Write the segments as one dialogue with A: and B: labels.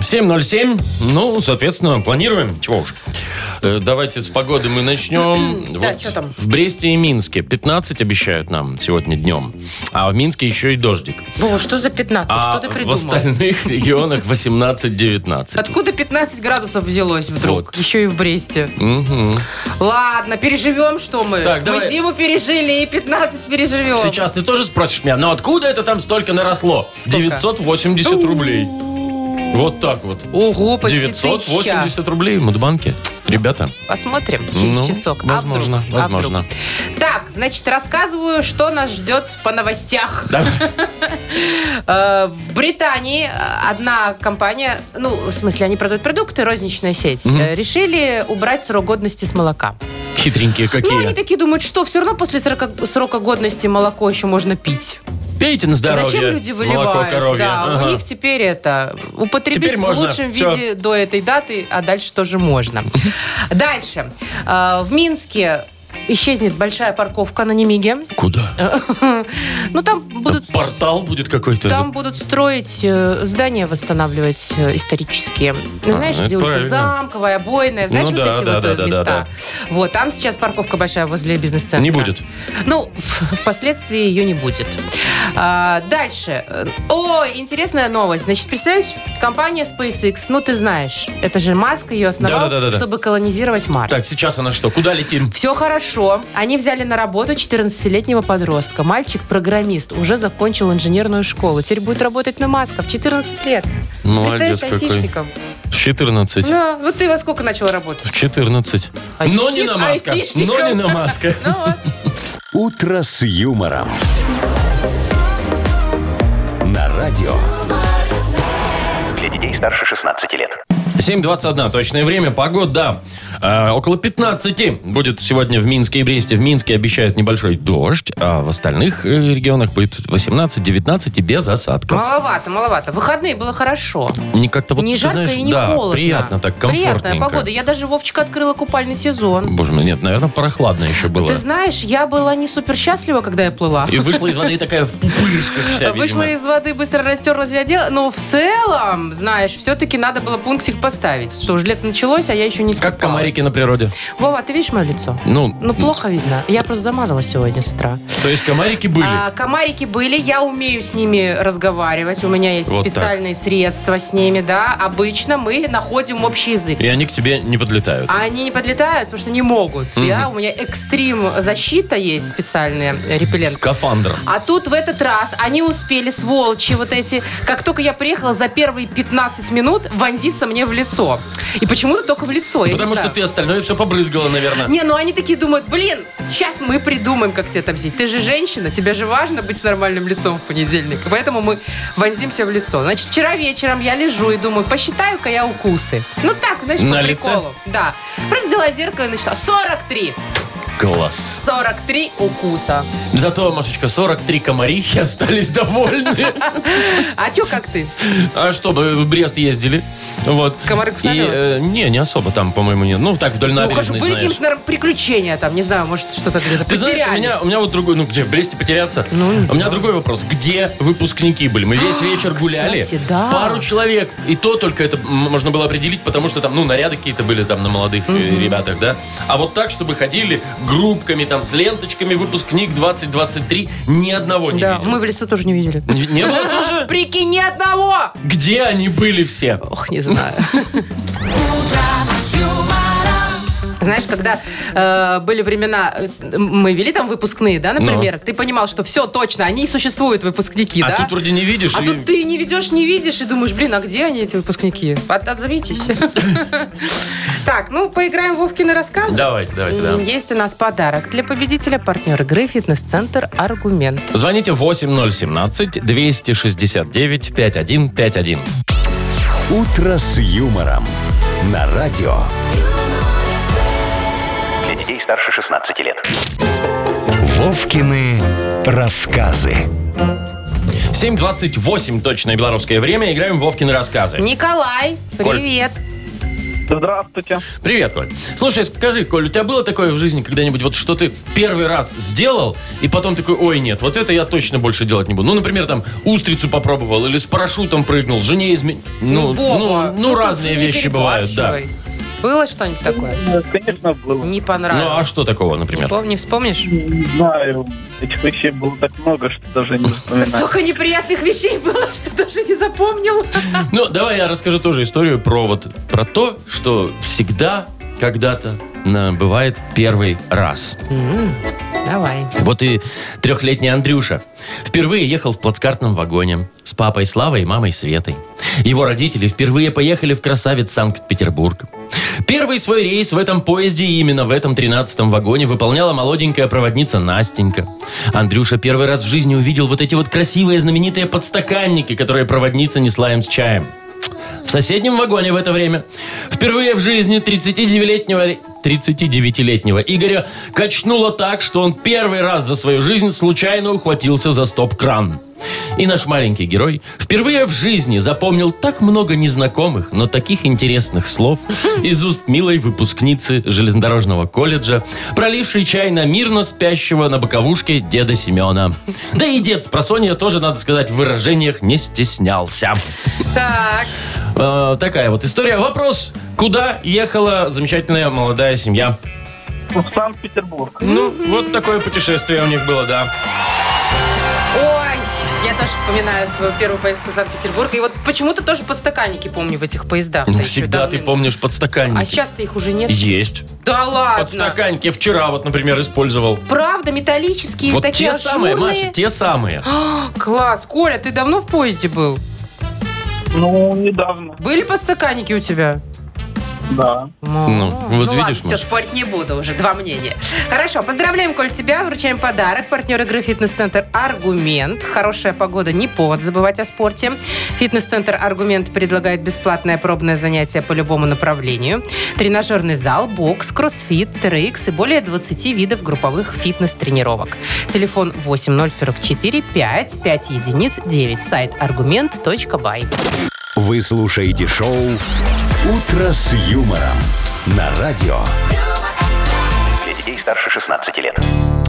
A: 7.07. Ну, соответственно, планируем. Чего уж. Э, Давайте с погоды мы начнем.
B: Да,
A: Вот
B: чё там?
A: В Бресте и Минске 15 обещают нам сегодня днем. А в Минске еще и дождик.
B: Во, Ну, что за 15? Что
A: А
B: ты
A: в
B: придумал?
A: остальных регионах 18-19.
B: Откуда 15 градусов взялось вдруг?
A: Вот.
B: Еще и в Бресте.
A: Мгм.
B: Ладно, переживем, что мы.
A: Так,
B: мы
A: давай.
B: зиму пережили и 15 переживем.
A: Сейчас ты тоже спросишь меня, но откуда это там столько наросло?
B: Сколько?
A: 980 рублей. Вот так вот.
B: Ого, почти 980.
A: 980 рублей в Мудбанке. Ребята,
B: Посмотрим через
A: Ну,
B: часок. А
A: возможно,
B: вдруг? А вдруг?
A: возможно.
B: Так, значит, рассказываю, что нас ждет по новостях.
A: да?
B: Э, В Британии э, одна компания, ну, в смысле, они продают продукты, розничная сеть, э, решили убрать срок годности с молока.
A: хитренькие
B: Ну, они
A: какие.
B: такие думают, что все равно после 40 срока годности молоко еще можно пить.
A: Пейте на здоровье.
B: Зачем люди выливают?
A: Молоко коровье.
B: Да,
A: Ага.
B: у них теперь это употребить
A: Теперь
B: в
A: можно.
B: лучшем
A: Всё.
B: виде до этой даты, а дальше тоже можно. Дальше. Э, В Минске исчезнет большая парковка на Немиге.
A: Куда?
B: Ну, там будут
A: Портал будет какой-то.
B: Там будут строить э, здания, восстанавливать э, исторические. Ну, знаешь,
A: А, это
B: где улица
A: правильно.
B: Замковая, Обойная, знаешь,
A: Ну
B: вот
A: да,
B: эти
A: да,
B: вот
A: да,
B: э,
A: да, да,
B: места.
A: да.
B: Вот, там сейчас парковка большая возле бизнес-центра.
A: Не будет.
B: Ну, в- впоследствии ее не будет. А, дальше. Э, О, интересная новость. Значит, представляешь, компания SpaceX, ну ты знаешь, это же Маск ее основал,
A: Да-да-да-да-да.
B: чтобы колонизировать Марс.
A: Так, сейчас она что? Куда летим?
B: Все хорошо. Они взяли на работу 14-летнего подростка. Мальчик программист, уже закончил инженерную школу. Теперь будет работать на масках. 14 лет.
A: Молодец
B: Представляешь,
A: какой.
B: айтишником.
A: В 14.
B: Ну, вот ты во сколько начал работать?
A: В 14. Но не
B: Айтишник-
A: на маска.
B: айтишником.
A: Но не на маска.
B: Ну вот.
C: «Утро с юмором». На радио. Для детей старше 16 лет.
A: 7.21 точное время, погода. Э, около 15 будет сегодня в Минске и Бресте. В Минске обещают небольшой дождь, а в остальных э, регионах будет 18-19 и без осадков.
B: Маловато, маловато. Выходные было хорошо.
A: Не как-то вот,
B: А? не
A: ты
B: жарко
A: знаешь,
B: и не
A: да,
B: холодно.
A: приятно так, комфортненько.
B: Приятная погода. Я даже, Вовчик, открыла купальный сезон.
A: Боже мой, нет, наверное, прохладно еще было.
B: А Ты знаешь, я была не супер счастлива, когда я плыла.
A: И вышла из воды такая в пупырышках вся,
B: Вышла
A: видимо.
B: из воды, быстро растерлась и одела. Но в целом, знаешь, все-таки надо было пунктик поставить. Что уже лето началось, а я еще не
A: Как
B: искупалась.
A: комарики на природе.
B: Вова, ты видишь мое лицо?
A: Ну,
B: Ну, плохо видно. Я просто замазала сегодня с утра.
A: то есть комарики были.
B: А, комарики были, я умею с ними разговаривать. У меня есть
A: Вот так.
B: специальные средства с ними, да. Обычно мы находим общий язык.
A: И они к тебе не подлетают.
B: А Они не подлетают, потому что не могут. Я, у меня экстрим защита есть специальная, э, репеллент.
A: Скафандр.
B: А тут в этот раз они успели, сволочи вот эти, как только я приехала, за первые 15 минут вонзиться мне в лицо. И почему-то только в лицо, я не
A: Потому что
B: знаю.
A: ты остальное все побрызгала, наверное.
B: Не, ну они такие думают, блин, сейчас мы придумаем, как тебя отомстить. Ты же женщина, тебе же важно быть с нормальным лицом в понедельник. Поэтому мы вонзимся в лицо. Значит, вчера вечером я лежу и думаю, посчитаю-ка я укусы. Ну так, знаешь,
A: На
B: по
A: лице?
B: приколу. Да. Просто взяла зеркало и начала. 43!
A: Класс.
B: 43 укуса.
A: Зато, Машечка, 43 комарихи остались довольны.
B: А чё, как ты?
A: А что, мы в Брест ездили. Вот.
B: Комары кусали
A: И,
B: вас?
A: э, Не, не особо там, по-моему, нет. Ну, так, вдоль
B: Ну, хорошо,
A: набережной,
B: были
A: знаешь.
B: какие-то, наверное, приключения там, не знаю, может, что-то где-то
A: Ты знаешь, у меня,
B: потерялись.
A: у меня вот другой, ну где, в Бресте потеряться?
B: Ну, не
A: у меня
B: знаю. А,
A: другой вопрос. Где выпускники были? Мы весь вечер
B: кстати,
A: гуляли.
B: да.
A: Пару человек. И то только это м, можно было определить, потому что там, ну, наряды какие-то были там на молодых э, ребятах, да? А вот так, чтобы ходили группками, там, с ленточками, выпускник 20-23, ни одного не
B: Да,
A: видел.
B: мы в лесу тоже не видели.
A: Не, не было тоже?
B: Прикинь, ни одного!
A: Где они были все?
B: Ох, не знаю. Знаешь, когда э, были времена, э, мы вели там выпускные,
A: Ну.
B: да, например, ты понимал, что все точно, они и существуют, выпускники,
A: А
B: да?
A: тут вроде не видишь.
B: А
A: и-
B: тут ты не ведешь, не видишь и думаешь, блин, а где они, эти выпускники? От- Отзовитесь. Так, ну, поиграем в Вовкины рассказы.
A: Давайте, давайте, да.
B: М, Есть у нас подарок для победителя, партнер игры «Фитнес-центр Аргумент».
A: Звоните 8017-269-5151.
C: «Утро с юмором» на радио.
D: Для детей старше 16 лет.
C: Вовкины рассказы.
A: 7.28 точное белорусское время. Играем в Вовкины рассказы.
B: Николай,
A: Коль.
B: привет.
E: Здравствуйте.
A: Привет, Коль. Слушай, скажи, Коль, у тебя было такое в жизни когда-нибудь, вот что ты первый раз сделал, и потом такой, ой, нет, вот это я точно больше делать не буду. Ну, например, там, устрицу попробовал, или с парашютом прыгнул, жене измен... Ну, ну,
B: Вова,
A: ну,
B: тут
A: разные
B: не
A: вещи бывают, да.
B: перебарщивай. Было что-нибудь такое?
E: Ну, Конечно, было.
B: Не понравилось.
A: Ну, а что такого,
B: Не,
A: например?
B: пом- не вспомнишь?
E: Не знаю, этих вещей было так много, что даже не вспоминаю.
B: Столько неприятных вещей было, что даже не запомнил.
A: Ну, давай я расскажу тоже историю про вот, про то, что всегда когда-то на- бывает первый раз.
B: М, Давай.
A: Вот и трехлетний Андрюша. Впервые ехал в плацкартном вагоне с папой Славой и мамой Светой. Его родители впервые поехали в красавец Санкт-Петербург. Первый свой рейс в этом поезде и именно в этом 13-м вагоне выполняла молоденькая проводница Настенька. Андрюша первый раз в жизни увидел вот эти вот красивые знаменитые подстаканники, которые проводница несла им с чаем. В соседнем вагоне в это время впервые в жизни 39-летнего 39-летнего Игоря качнуло так, что он первый раз за свою жизнь случайно ухватился за стоп-кран. И наш маленький герой впервые в жизни запомнил так много незнакомых, но таких интересных слов из уст милой выпускницы железнодорожного колледжа, пролившей чай на мирно спящего на боковушке деда Семена. Да и дед с просонья тоже, надо сказать, в выражениях не стеснялся.
B: Так,
A: Э, такая вот история. Вопрос. Куда ехала замечательная молодая семья?
E: В Ну, Санкт-Петербург.
A: Ну, вот такое путешествие у них было, да.
B: ой, я тоже вспоминаю свою первую поездку в Санкт-Петербург. И вот почему-то тоже подстаканники помню в этих поездах.
A: Ну,
B: Да
A: всегда
B: еще
A: ты
B: давным-
A: помнишь подстаканники.
B: А сейчас-то их уже нет.
A: Есть.
B: Да ладно.
A: Подстаканники вчера вот, например, использовал.
B: Правда, металлические,
A: вот
B: такие
A: те самые,
B: ажурные.
A: Маша, те самые.
B: А, Класс. Коля, ты давно в поезде был?
E: Ну, недавно,
B: Были подстаканники у тебя?
E: да.
B: Ну,
A: вот
B: ладно,
A: видишь,
B: все,
A: Маш.
B: спорить не буду уже, два мнения. Хорошо, поздравляем, Коль, тебя, вручаем подарок. Партнер игры «Фитнес-центр Аргумент». Хорошая погода, не повод забывать о спорте. «Фитнес-центр Аргумент» предлагает бесплатное пробное занятие по любому направлению. Тренажерный зал, бокс, кроссфит, TRX и более 20 видов групповых фитнес-тренировок. Телефон 8044 5 5 единиц 9. Сайт аргумент.бай.
C: Вы слушаете шоу «Утро с юмором» на радио.
D: Для детей старше 16 лет.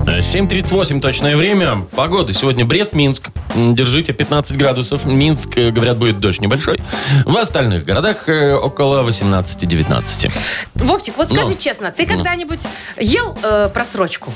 A: Э, 7.38 точное время. Погода. Сегодня Брест, Минск. М, Держите 15 градусов. Минск, э, говорят, будет дождь небольшой. В остальных городах э, около 18-19.
B: Вовчик, вот скажи
A: Ну.
B: честно, ты когда-нибудь ел э, просрочку?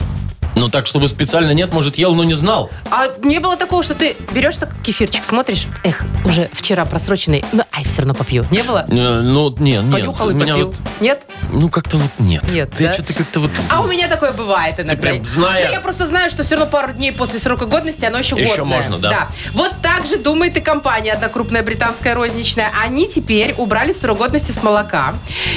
A: Ну так, чтобы специально нет, может, ел, но не знал.
B: А не было такого, что ты берешь так кефирчик, смотришь, эх, уже вчера просроченный, ну ай, все равно попью. Не было?
A: Э, Ну, не, нет.
B: Понюхал
A: у
B: и
A: меня
B: попил.
A: вот,
B: Нет?
A: ну, как-то вот нет.
B: Нет,
A: Я
B: да?
A: что-то как-то вот...
B: А у меня такое бывает иногда.
A: прям зная.
B: Да я просто знаю, что все равно пару дней после срока годности оно еще
A: Еще
B: годное.
A: можно, да.
B: Вот так же думает и компания одна крупная британская розничная. Они теперь убрали срок годности с молока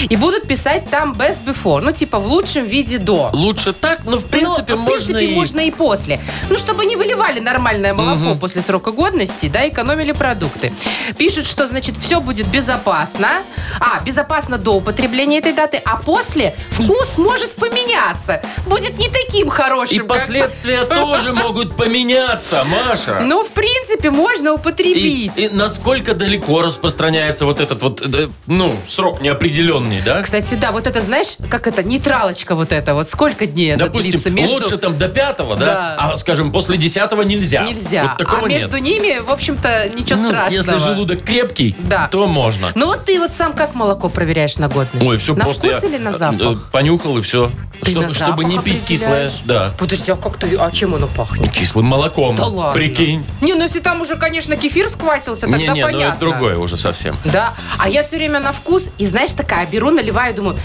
B: и будут писать там best before, ну типа в лучшем виде до.
A: Лучше так, но в принципе,
B: Но, Ну, в
A: можно,
B: принципе,
A: и...
B: можно и после. Ну, чтобы не выливали нормальное молоко после срока годности, да, экономили продукты. Пишут, что, значит, Все будет безопасно. А, безопасно до употребления этой даты, а после вкус может поменяться. Будет не таким
A: И
B: хорошим. как-
A: последствия тоже могут поменяться, Маша.
B: Ну, в принципе, можно
A: И,
B: употребить.
A: и насколько далеко распространяется вот этот вот, э, ну, срок неопределенный, да?
B: Кстати, да, вот это, знаешь, как это, нейтралочка вот эта, вот сколько дней это
A: Допустим,
B: длится между...
A: лучше там до пятого, да?
B: Да.
A: А, скажем, после десятого нельзя.
B: Нельзя.
A: Вот такого
B: а между
A: нет.
B: ними, в общем-то, ничего
A: Ну,
B: страшного.
A: Если желудок крепкий,
B: Да.
A: то можно.
B: Ну вот ты вот сам как молоко проверяешь на годность?
A: Ой, все
B: на
A: просто
B: вкус
A: я,
B: или на
A: э,
B: запах?
A: э, Понюхал и все.
B: Ты на
A: чтобы не
B: запах
A: пить кислое.
B: определяешь?
A: Да.
B: Подожди, а как ты, а чем оно пахнет?
A: Кислым молоком.
B: Да ладно.
A: Прикинь.
B: Не, ну если там уже, конечно, кефир сквасился, тогда
A: Не-не, ну
B: понятно.
A: это другое уже совсем.
B: Да, а я все время на вкус, и знаешь, такая беру, наливаю, и думаю,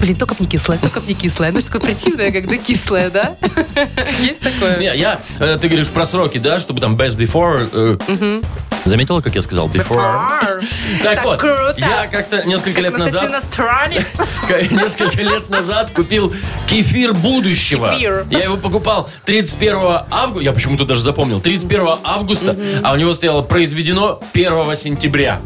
B: блин, только б не кислое, только б не кислое. Ну, что такое противное, когда кислое, да? Есть такое?
A: Не, я, э, ты говоришь про сроки, да, чтобы там best before. э, Заметила, как я сказал? Before.
B: Фар.
A: Так,
B: Так
A: вот,
B: круто.
A: я как-то несколько
B: Как
A: лет
B: Анастасия
A: назад
B: иностранец.
A: Несколько лет назад купил кефир будущего.
B: Кефир.
A: Я его покупал 31 августа. Я почему-то даже запомнил. 31 августа, а у него стояло произведено 1 сентября.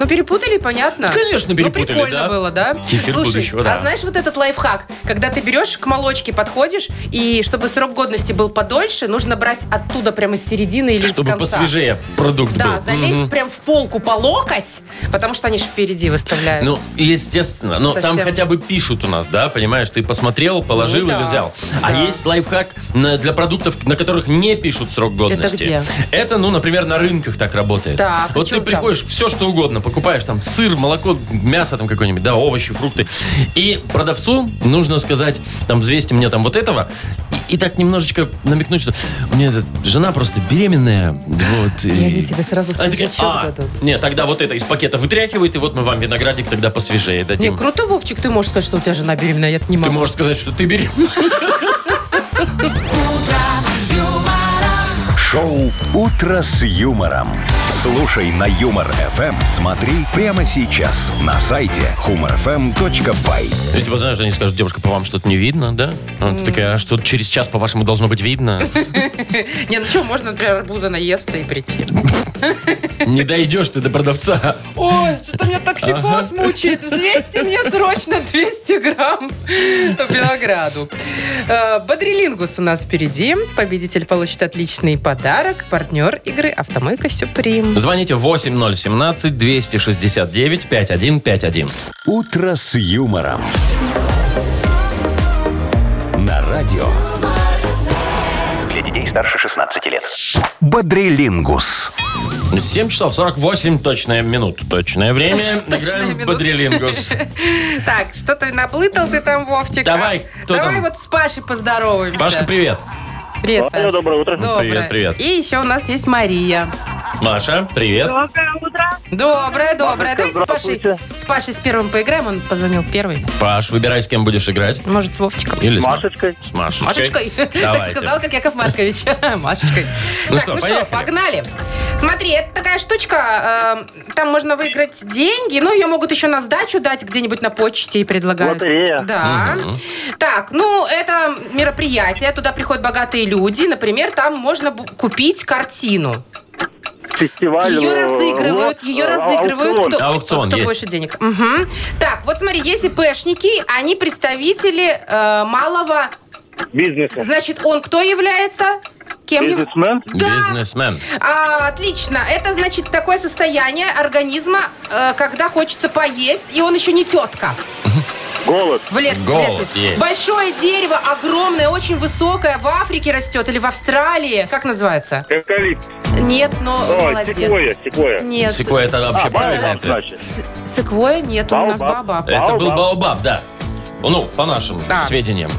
B: Ну, перепутали, понятно.
A: Конечно, перепутали,
B: Ну, прикольно
A: да.
B: было, да?
A: Кефир
B: Слушай,
A: будущего, да.
B: а знаешь вот этот лайфхак? Когда ты берешь к молочке, подходишь, и чтобы срок годности был подольше, нужно брать оттуда прямо с середины или с
A: Чтобы
B: конца.
A: посвежее продукт был.
B: Да, залезть
A: Мгм.
B: прям в полку по локоть, потому что они же впереди выставляют.
A: Ну, естественно. Но
B: Совсем.
A: там хотя бы пишут у нас, да, понимаешь? Ты посмотрел, положил
B: Ну да,
A: или взял. А
B: да.
A: есть лайфхак на- для продуктов, на которых не пишут срок годности.
B: где?
A: Это, ну, например, на рынках так работает.
B: Так, а
A: вот
B: чё
A: ты
B: там?
A: приходишь, все что угодно, покупаешь там сыр, молоко, мясо там какое-нибудь, да, овощи, фрукты. И продавцу нужно сказать, там, взвесьте мне там вот этого, и, и так немножечко намекнуть, что у меня эта жена просто беременная, вот.
B: И они тебе сразу
A: Они такие,
B: свежачок
A: «А,
B: дадут».
A: нет, тогда вот это из пакета вытряхивает, и вот мы вам виноградик тогда посвежее
B: Не,
A: дадим.
B: круто, Вовчик, ты можешь сказать, что у тебя жена беременная, я не
A: Ты
B: могу.
A: можешь сказать, что ты бери.
C: Шоу «Утро с юмором». Слушай на Юмор ФМ. Смотри прямо сейчас на сайте humorfm.by.
A: Я типа, знаешь, они скажут, девушка, по вам что-то не видно, да? А ты такая, а что через час, по-вашему, должно быть видно?
B: Не, ну что, можно, например, арбуза наесться и прийти.
A: Не дойдешь ты до продавца.
B: Ой, что-то меня токсикоз мучает. Взвесьте мне срочно 200 грамм Белограду. Э, Бодрилингус у нас впереди. Победитель получит отличный подарок. Партнер игры «Автомойка Сюприм».
A: Звоните 8017-269-5151.
C: «Утро с юмором». На радио
D: Для детей старше 16 лет.
C: «Бодрилингус».
A: 7 часов 48 точное минут. Точное время.
B: Точная
A: Играем в
B: минута.
A: Бодрилингус.
B: Так, что ты наплытал ты там, Вовчик? а?
A: Давай, кто
B: Давай
A: там?
B: вот с Пашей поздороваемся.
A: Пашка, привет.
B: привет,
E: Алло,
B: Паш.
E: доброе утро.
B: Доброе.
A: Привет, привет.
B: И еще у нас есть Мария.
A: Маша, привет.
F: Доброе утро.
B: Доброе, доброе. Давайте
E: Машечка,
B: с Пашей,
E: здравствуйте.
B: с Пашей с первым поиграем. Он позвонил первый.
A: Паш, выбирай, с кем будешь играть.
B: Может, с Вовчиком.
A: Или с Ма-
E: Машечкой.
A: С Машечкой.
B: Машечкой. Так
A: Давайте.
B: сказал, как Яков Маркович. Машечкой.
A: Ну
B: так,
A: что,
B: ну
A: поехали.
B: что, погнали. Смотри, это такая штучка. э, там можно выиграть деньги, но ее могут еще на сдачу дать где-нибудь на почте и предлагают.
E: Лотерея.
B: Да. Так, ну, это мероприятие. Туда приходят богатые люди. Например, там можно бу- купить картину.
E: Фестиваль.
B: Ее
E: э,
B: разыгрывают,
E: вот,
B: ее
E: э,
B: разыгрывают.
E: аукцион.
B: Кто,
A: Аукцион
B: кто
A: есть.
B: больше денег. Мгм. Так, вот смотри, есть ИПшники, они представители э, малого
E: Бизнеса.
B: Значит, он кто является?
A: Э,
B: Кем его?
E: Бизнесмен.
B: Да.
A: Бизнесмен.
B: А, отлично. Это значит такое состояние организма, э, когда хочется поесть, и он еще не тетка.
E: Голод.
B: В лет, в
A: Голод
B: лес-
A: есть.
B: Большое дерево, огромное, очень высокое, в Африке растет или в Австралии. Как называется?
E: Эвкалипт.
B: Нет, но
E: Ой,
B: молодец.
E: секвоя, секвоя.
B: Нет.
A: Секвой это вообще правильно?
E: Баобаб,
A: Это,
E: А, значит.
B: С- секвойя нет, у нас
E: Баобаб.
B: баба.
A: это был
E: Баобаб.
A: Баобаб, да. Ну, по нашим
B: Да.
A: сведениям.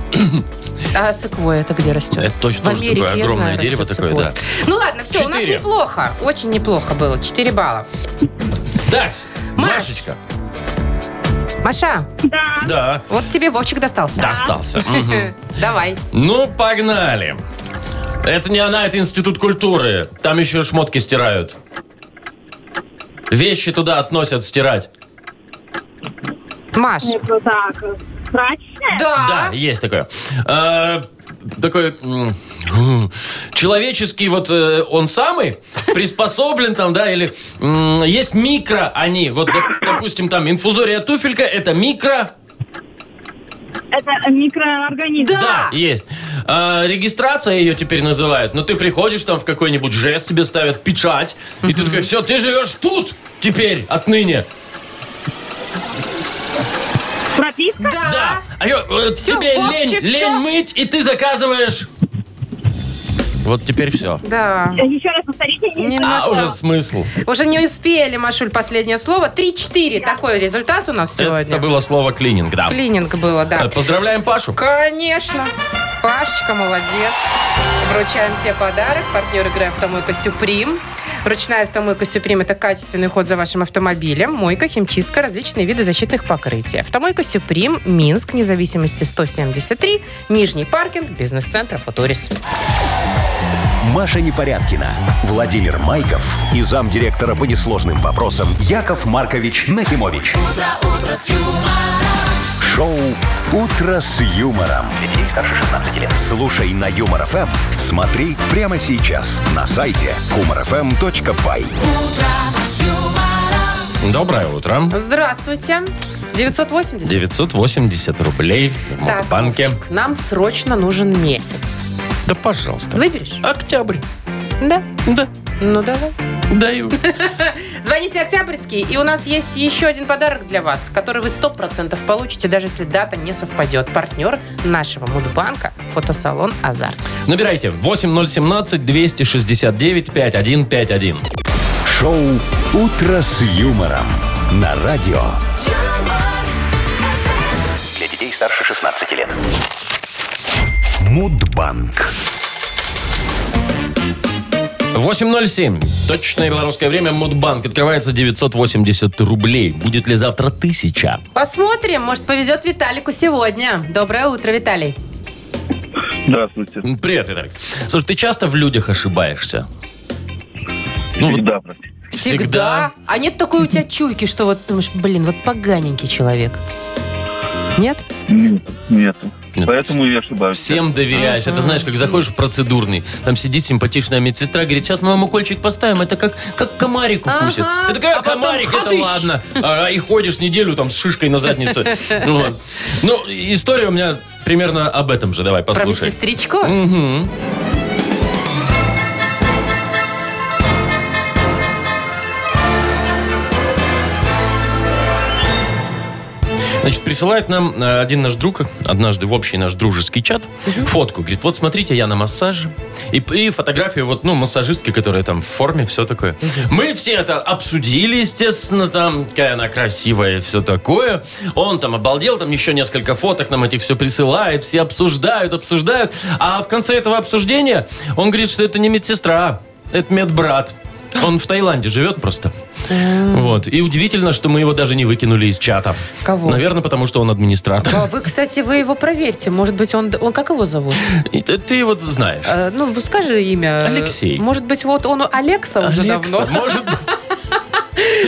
B: А секвойя это где растет?
A: Это точно
B: в
A: тоже
B: Америке,
A: такое
B: я
A: огромное
B: знаю,
A: дерево
B: растет
A: такое,
B: секвойя.
A: да.
B: Ну ладно, все, у нас
A: Четыре.
B: неплохо. Очень неплохо было. 4 балла.
A: Такс,
B: Маш.
A: Машечка.
B: Маша,
F: Да.
A: Да.
B: Вот тебе Вовчик достался. Э,
A: Достался. Мгм.
B: Давай.
A: Ну, погнали. Это не она, это институт культуры. Там еще шмотки стирают. Вещи туда относят стирать.
B: Маш.
F: Нет, ну так. Прачечная?
B: А?
A: Да,
B: Да.
A: есть такое. Э, Такой... м, м, человеческий вот э, он самый приспособлен там, да, или м, есть микро они. Вот, доп- допустим, там инфузория туфелька, это микро...
F: Это микроорганизм.
A: Да, есть. А, регистрация ее теперь называют. Но ты приходишь там в какой-нибудь жест, тебе ставят печать, и ты такой, все, ты живешь тут теперь, отныне.
F: Прописка?
B: Да.
A: Да. А ё- э,
B: Всё,
A: тебе
B: Вовчик,
A: лень,
B: всё.
A: лень мыть, и ты заказываешь. Вот теперь все.
B: Да.
F: Еще раз повторите.
A: А
B: Немножко.
A: уже смысл.
B: Уже не успели, Машуль, последнее слово. 3-4. Такой результат у нас сегодня.
A: Это было слово клининг, да.
B: Клининг было, да.
A: Э, Поздравляем Пашу.
B: Конечно. Пашечка, молодец. Вручаем тебе подарок. Партнер игры «Автомойка Сюприм». Ручная «Автомойка Сюприм» – это качественный уход за вашим автомобилем, мойка, химчистка, различные виды защитных покрытий. «Автомойка Сюприм», Минск, независимости 173, Нижний паркинг, бизнес-центр «Футурис».
C: Маша Непорядкина, Владимир Майков и замдиректора по несложным вопросам Яков Маркович Нахимович. Шоу Утро с юмором.
D: Для детей старше 16 лет.
C: Слушай на Юмор ФМ, смотри прямо сейчас на сайте humorfm.by.
A: Доброе утро.
B: Здравствуйте. 980.
A: 980 рублей в
B: Так,
A: Модбанке.
B: Вовчик, нам срочно нужен месяц.
A: Да пожалуйста.
B: Выберешь?
A: Октябрь.
B: Да.
A: Да,
B: Ну, давай.
A: даю.
B: Звоните Октябрьский, и у нас есть еще один подарок для вас, который вы 100% получите, даже если дата не совпадет. Партнер нашего Мудбанка – фотосалон «Азарт».
A: Набирайте 8017-269-5151.
C: Шоу Утро с юмором на радио.
D: Для детей старше 16 лет.
C: Мудбанк.
A: 8.07. Точное белорусское время. Мудбанк. Открывается 980 рублей. Будет ли завтра тысяча?
B: Посмотрим, может, повезет Виталику сегодня. Доброе утро, Виталий.
E: Здравствуйте.
A: М, Привет, Виталик. Слушай, ты часто в людях ошибаешься? Ну, вот
E: Всегда. практически.
B: А нет такой у тебя чуйки, что вот думаешь, блин, вот поганенький человек. Нет?
E: Нет, нету.
A: Нет.
E: Поэтому я ошибаюсь.
A: Всем доверяешь. Это знаешь, как заходишь в процедурный, там сидит симпатичная медсестра, говорит, сейчас мы вам укольчик поставим, это как, как комарик укусит.
B: Ага.
A: Ты такая,
B: А потом
A: комарик, это
B: ходыщ.
A: ладно. А, и ходишь неделю там с шишкой на заднице. Ну, вот. Ну, история у меня примерно об этом же. Давай,
B: Про
A: послушай. Ну,
B: медсестричку?
A: Мгм. Значит, присылает нам э, один наш друг, однажды в общий наш дружеский чат, фотку. Говорит, вот смотрите, я на массаже. И, и фотографию вот, ну, массажистки, которая там в форме, все такое. Мы все это обсудили, естественно, там, какая она красивая и все такое. Он там обалдел, там еще несколько фоток нам этих все присылает, все обсуждают, обсуждают. А в конце этого обсуждения он говорит, что это не медсестра, это медбрат. Он в Таиланде живет просто. Вот. И удивительно, что мы его даже не выкинули из чата.
B: Кого?
A: Наверное, потому что он администратор.
B: А Вы, кстати, вы его проверьте. Может быть, он... Он как его зовут?
A: И ты- ты вот знаешь.
B: Э, Ну, скажи имя.
A: Алексей.
B: Может быть, вот он Алекса а уже
A: Алекса,
B: давно.
A: может быть.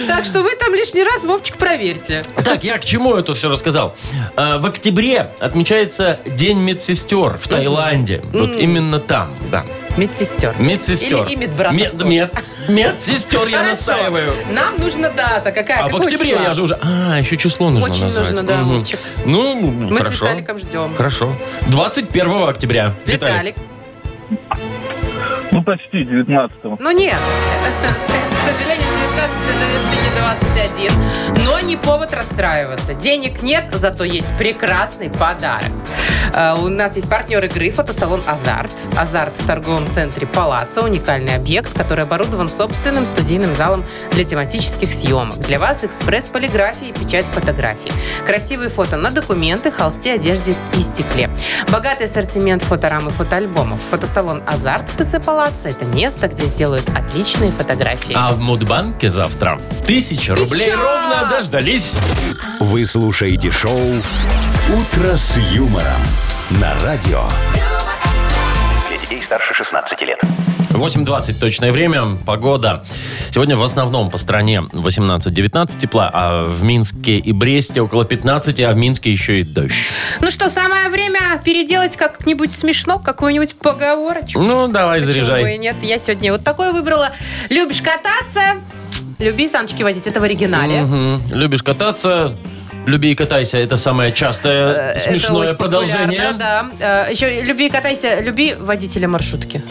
B: Так что вы там лишний раз, Вовчик, проверьте.
A: Так, я к чему это все рассказал? А, В октябре отмечается День медсестер в Таиланде. Вот именно там, да.
B: Медсестер.
A: Медсестер.
B: Или и медбратов
A: Мед-
B: тоже.
A: мед- медсестер, я
B: Хорошо.
A: настаиваю.
B: Нам нужна дата. Какая?
A: А в
B: Какое
A: октябре
B: число?
A: я же уже... А, еще число нужно
B: Очень
A: назвать.
B: нужно, да,
A: Мгм.
B: Вовчик.
A: Ну,
B: Мы с
A: хорошо.
B: Виталиком ждем.
A: Хорошо. 21 октября. Виталик.
B: Виталик.
E: Ну, почти 19-го.
B: Ну нет. К сожалению, 19 до не 21. Но не повод расстраиваться. Денег нет, зато есть прекрасный подарок. Э, У нас есть партнер игры фотосалон «Азарт». «Азарт» в торговом центре «Палаццо» – уникальный объект, который оборудован собственным студийным залом для тематических съемок. Для вас экспресс полиграфии и печать фотографий. Красивые фото на документы, холсте, одежде и стекле. Богатый ассортимент фоторам и фотоальбомов. Фотосалон «Азарт» в ТЦ «Палаццо» – это место, где сделают отличные фотографии.
A: А в Мудбанке завтра тысяча рублей
B: чё?
A: ровно дождались.
C: Вы слушаете шоу Утро с юмором на радио.
D: Для детей старше 16 лет.
A: 8.20 точное время, погода. Сегодня в основном по стране 18-19 тепла, а в Минске и Бресте около 15, а в Минске еще и дождь.
B: Ну что, самое время переделать как-нибудь смешно, какую-нибудь поговорочку.
A: Ну, давай,
B: Почему бы
A: заряжай.
B: и нет, я сегодня вот такое выбрала. Любишь кататься, люби саночки возить, это в оригинале.
A: Мгм. Любишь кататься? Люби и катайся. Это самое частое
B: Э,
A: смешное
B: это очень
A: продолжение.
B: популярно, Да, Э, Еще люби и катайся, люби водителя маршрутки.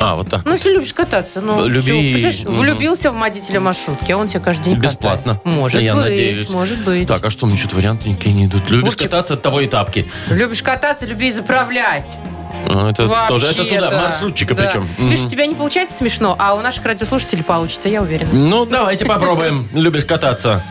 A: А, вот так.
B: Ну, если любишь кататься, ну,
A: Люби
B: всё.
A: и-
B: Представляешь,
A: мгм.
B: влюбился в водителя маршрутки, а он тебя каждый день катает.
A: Бесплатно.
B: Может
A: я
B: быть,
A: надеюсь.
B: может быть.
A: Так, а что, мне что-то варианты никакие не идут. Любишь
B: Вовчик.
A: кататься от того и тапки.
B: Любишь кататься, люби и заправлять.
A: Ну, это тоже, это
B: Вообще,
A: туда,
B: да.
A: маршрутчика
B: Да.
A: причем. Мгм.
B: Видишь, у тебя не получается смешно, а у наших радиослушателей получится, я уверена.
A: Ну, давайте попробуем. Любишь кататься.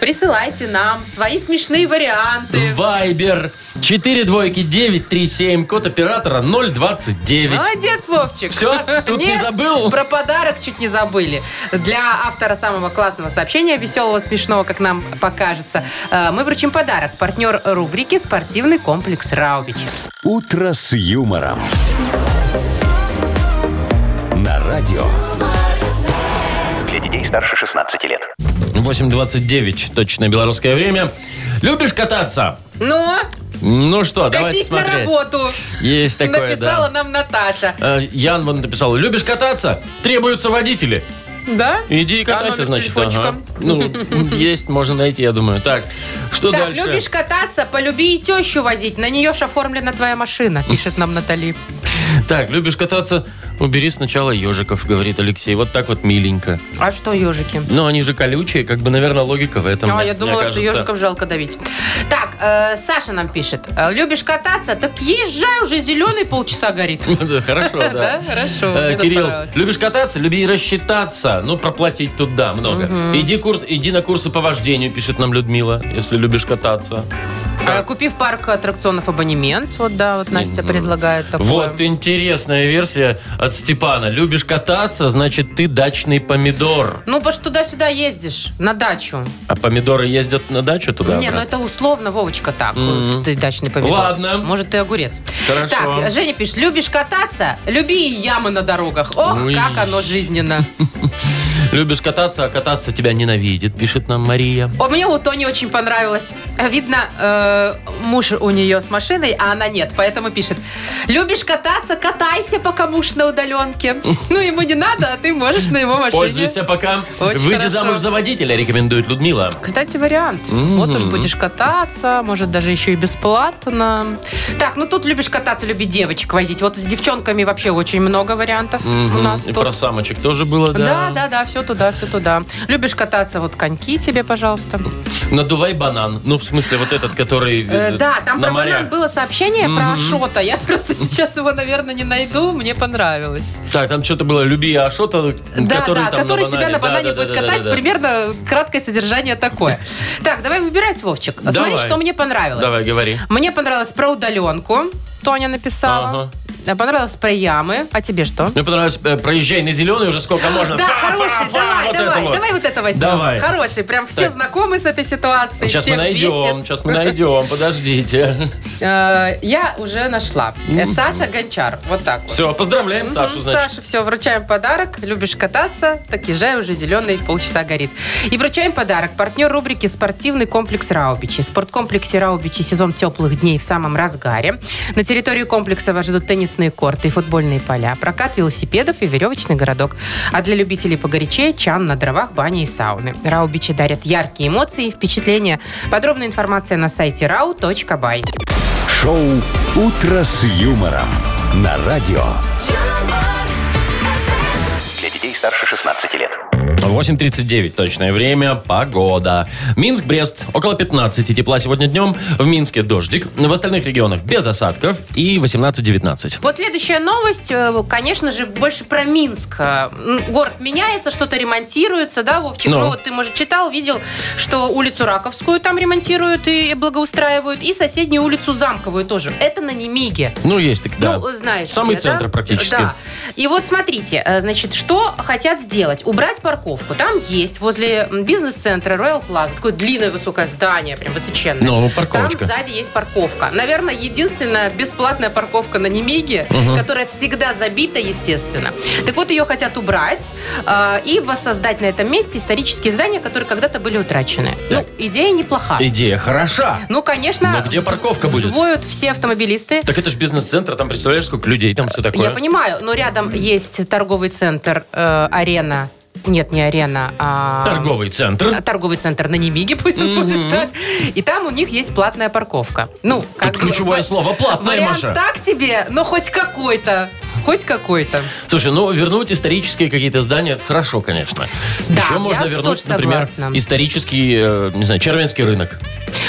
B: Присылайте нам свои смешные варианты.
A: Вайбер. 4 двойки 937. Код оператора 029.
B: Молодец, Вовчик.
A: Всё? Тут не
B: Нет,
A: забыл?
B: Про подарок чуть не забыли. Для автора самого классного сообщения, веселого, смешного, как нам покажется, э, мы вручим подарок. Партнер рубрики «Спортивный комплекс Раубич».
C: «Утро с юмором». На радио.
D: Для детей старше 16 лет.
A: 8.29. Точное белорусское время. Любишь кататься?
B: Ну,
A: Ну что, давайте
B: катись на
A: смотреть.
B: работу.
A: Есть такое,
B: Написала нам Наташа.
A: да. Э, Ян вон написал, любишь кататься? Требуются водители.
B: Да?
A: Иди и
B: Да,
A: катайся,
B: номер
A: значит.
B: телефончика.
A: ага. Ну, есть, можно найти, я думаю. Так, что
B: Так,
A: дальше?
B: любишь кататься, полюби и тещу возить. На нее ж оформлена твоя машина, пишет нам Натали.
A: Так, любишь кататься? Убери сначала ежиков, говорит Алексей. Вот так вот миленько.
B: А что ежики?
A: Но они же колючие, как бы, наверное, логика в этом.
B: А,
A: мне-
B: я думала,
A: мне
B: что
A: кажется.
B: ежиков жалко давить. Так, э, Саша нам пишет. э, Любишь кататься? Так езжай уже, зеленый полчаса горит.
A: Да, Хорошо, да.
B: Да, хорошо,
A: Э,
B: мне
A: Кирилл,
B: понравилось.
A: любишь кататься? Люби и рассчитаться. Ну, проплатить тут, да, много. Иди, курс, иди на курсы по вождению, пишет нам Людмила, если любишь кататься.
B: Э, Купи в парк аттракционов абонемент. Вот, да, вот Настя предлагает такое.
A: Вот интересная версия от Степана. Любишь кататься, значит, ты дачный помидор.
B: Ну, потому что туда-сюда ездишь, на дачу.
A: А помидоры ездят на дачу туда?
B: Не, ну
A: обратно?
B: это условно, Вовочка, так.
A: Мгм.
B: вот Ты дачный помидор.
A: Ладно.
B: Может, ты огурец.
A: Хорошо.
B: Так, Женя пишет, любишь кататься? Люби и ямы на дорогах. Ох,
A: Ой.
B: как оно жизненно.
A: Любишь кататься, а кататься тебя ненавидит, пишет нам Мария.
B: О, мне у Тони очень понравилось. Видно, э, муж у нее с машиной, а она нет, поэтому пишет. Любишь кататься? Катайся, пока муж на удаленке. Ну, ему не надо, а ты можешь на его машине.
A: Пользуйся пока.
B: Очень
A: Выйди
B: хорошо.
A: замуж за водителя, рекомендует Людмила.
B: Кстати, вариант.
A: Мгм.
B: Вот уж будешь кататься, может, даже еще и бесплатно. Так, ну тут любишь кататься, люби девочек возить. Вот с девчонками вообще очень много вариантов у
A: Мгм.
B: нас
A: И
B: тут.
A: про самочек тоже было,
B: Да, да, да, все туда, все туда. Любишь кататься, вот коньки тебе, пожалуйста.
A: Надувай банан. Ну, в смысле, вот этот, который
B: Э,
A: э,
B: да, там
A: на
B: про банан
A: морях.
B: было сообщение про
A: Мгм.
B: Ашота. Я просто сейчас его, наверное, не найду. Мне понравилось.
A: Так, там что-то было «Люби Ашота»,
B: Да,
A: который
B: да,
A: там
B: который тебя
A: банане.
B: на банане
A: Да, да,
B: будет
A: да, да,
B: катать.
A: да, да.
B: Примерно краткое содержание такое. Так, давай выбирать, Вовчик. Смотри,
A: Давай.
B: что мне понравилось.
A: Давай, говори.
B: Мне понравилось про удаленку. Тоня написала. А Понравилось про ямы. А тебе что?
A: Мне понравилось, э, проезжай на зеленый уже сколько можно.
B: Да,
A: Фа, фа,
B: хороший,
A: фа,
B: давай,
A: вот это
B: давай,
A: вот.
B: давай вот это возьмем.
A: Давай.
B: Хороший, прям все
A: Так.
B: знакомы с этой ситуацией.
A: Сейчас мы
B: всех
A: найдем,
B: бесит.
A: сейчас мы найдем, подождите.
B: Э, Я уже нашла. Э, Саша Гончар. Вот так вот.
A: Все, поздравляем
B: Мгм,
A: Сашу, значит.
B: Саша, все, вручаем подарок. Любишь кататься, так езжай уже зеленый, полчаса горит. И вручаем подарок. Партнер рубрики «Спортивный комплекс Раубичи». В спорткомплексе Раубичи сезон теплых дней в самом разгаре. На территории комплекса вас ждут теннисные корты и футбольные поля, прокат велосипедов и веревочный городок. А для любителей погорячее – чан на дровах, баня и сауны. Раубичи дарят яркие эмоции и впечатления. Подробная информация на сайте rau.by.
C: Шоу «Утро с юмором». На радио.
D: Для детей старше 16 лет.
A: 8.39 точное время, погода. Минск, Брест, около 15 тепла сегодня днем. В Минске дождик, в остальных регионах без осадков и 18-19.
B: Вот следующая новость, э, конечно же, больше про Минск. Э, м, Город меняется, что-то ремонтируется, да, Вовчик?
A: Ну.
B: Ну, вот ты, может, читал, видел, что улицу Раковскую там ремонтируют и благоустраивают, и соседнюю улицу Замковую тоже. Это на Немиге.
A: Ну, есть так, да.
B: Ну, знаешь.
A: Самый
B: где,
A: центр
B: да?
A: практически.
B: Да. И вот смотрите, э, значит, что хотят сделать? Убрать парковку. парковку. Там есть возле м, бизнес-центра Royal Plaza такое длинное высокое здание, прям высоченное.
A: Ну, парковочка.
B: Там сзади есть парковка. Наверное, единственная бесплатная парковка на Немиге, которая всегда забита, естественно. Так вот, ее хотят убрать э, и воссоздать на этом месте исторические здания, которые когда-то были утрачены.
A: Так.
B: Ну, идея неплоха.
A: Идея хороша.
B: Ну, конечно,
A: Но где
B: вз-
A: парковка будет?
B: взвоют все автомобилисты.
A: Так это же бизнес-центр, там представляешь, сколько людей, там все такое.
B: Я понимаю, но рядом есть торговый центр э, Арена. Нет, не Арена, а...
A: Торговый
B: а,
A: центр.
B: Торговый центр на Немиге, пусть он будет так. И там у них есть платная парковка. Ну, как
A: Тут
B: бы,
A: ключевое
B: ва-
A: слово платное,
B: Вариант
A: А Маша.
B: так себе, но хоть какой-то. Хоть какой-то.
A: Слушай, ну вернуть исторические какие-то здания, это хорошо, конечно.
B: Да,
A: Еще
B: я
A: можно
B: тоже
A: вернуть, например,
B: согласна.
A: исторический, э, не знаю, Червенский рынок.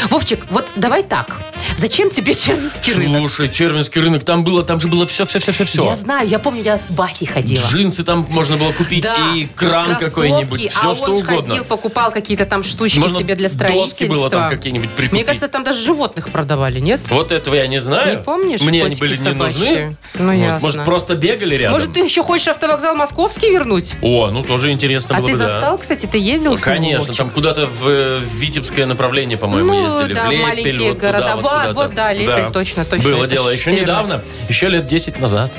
B: Вовчик, вот давай так. Зачем тебе Чернинский рынок?
A: Слушай, Червенский рынок, там было, там же было все, все, все, все, все.
B: Я знаю, я помню, я с батей ходила.
A: Джинсы там можно было купить
B: Да,
A: и кран
B: кроссовки,
A: какой-нибудь, все
B: а
A: что
B: он
A: угодно.
B: ходил, покупал какие-то там штучки
A: Можно
B: себе для строительства.
A: доски было там какие-нибудь прикупить.
B: Мне кажется, там даже животных продавали, нет?
A: вот этого я не знаю.
B: Не помнишь,
A: Мне они
B: котики,
A: были не
B: собачки?
A: нужны.
B: Ну, ясно.
A: Может, просто бегали рядом?
B: Может, ты еще хочешь автовокзал Московский вернуть?
A: О, ну тоже интересно
B: а
A: было
B: ты
A: бы, да.
B: застал, кстати, ты ездил
A: Ну,
B: с ним,
A: Конечно,
B: Вовчик?
A: там куда-то в э, Витебское направление, по-моему,
B: Ну,
A: ездили.
B: да,
A: в
B: в
A: Лепель,
B: маленькие
A: вот туда,
B: города.
A: вот
B: Вот,
A: куда-то.
B: вот, да, Лепель, точно, точно,
A: Было
B: это
A: дело
B: ж
A: еще
B: северная.
A: недавно, еще лет 10 назад.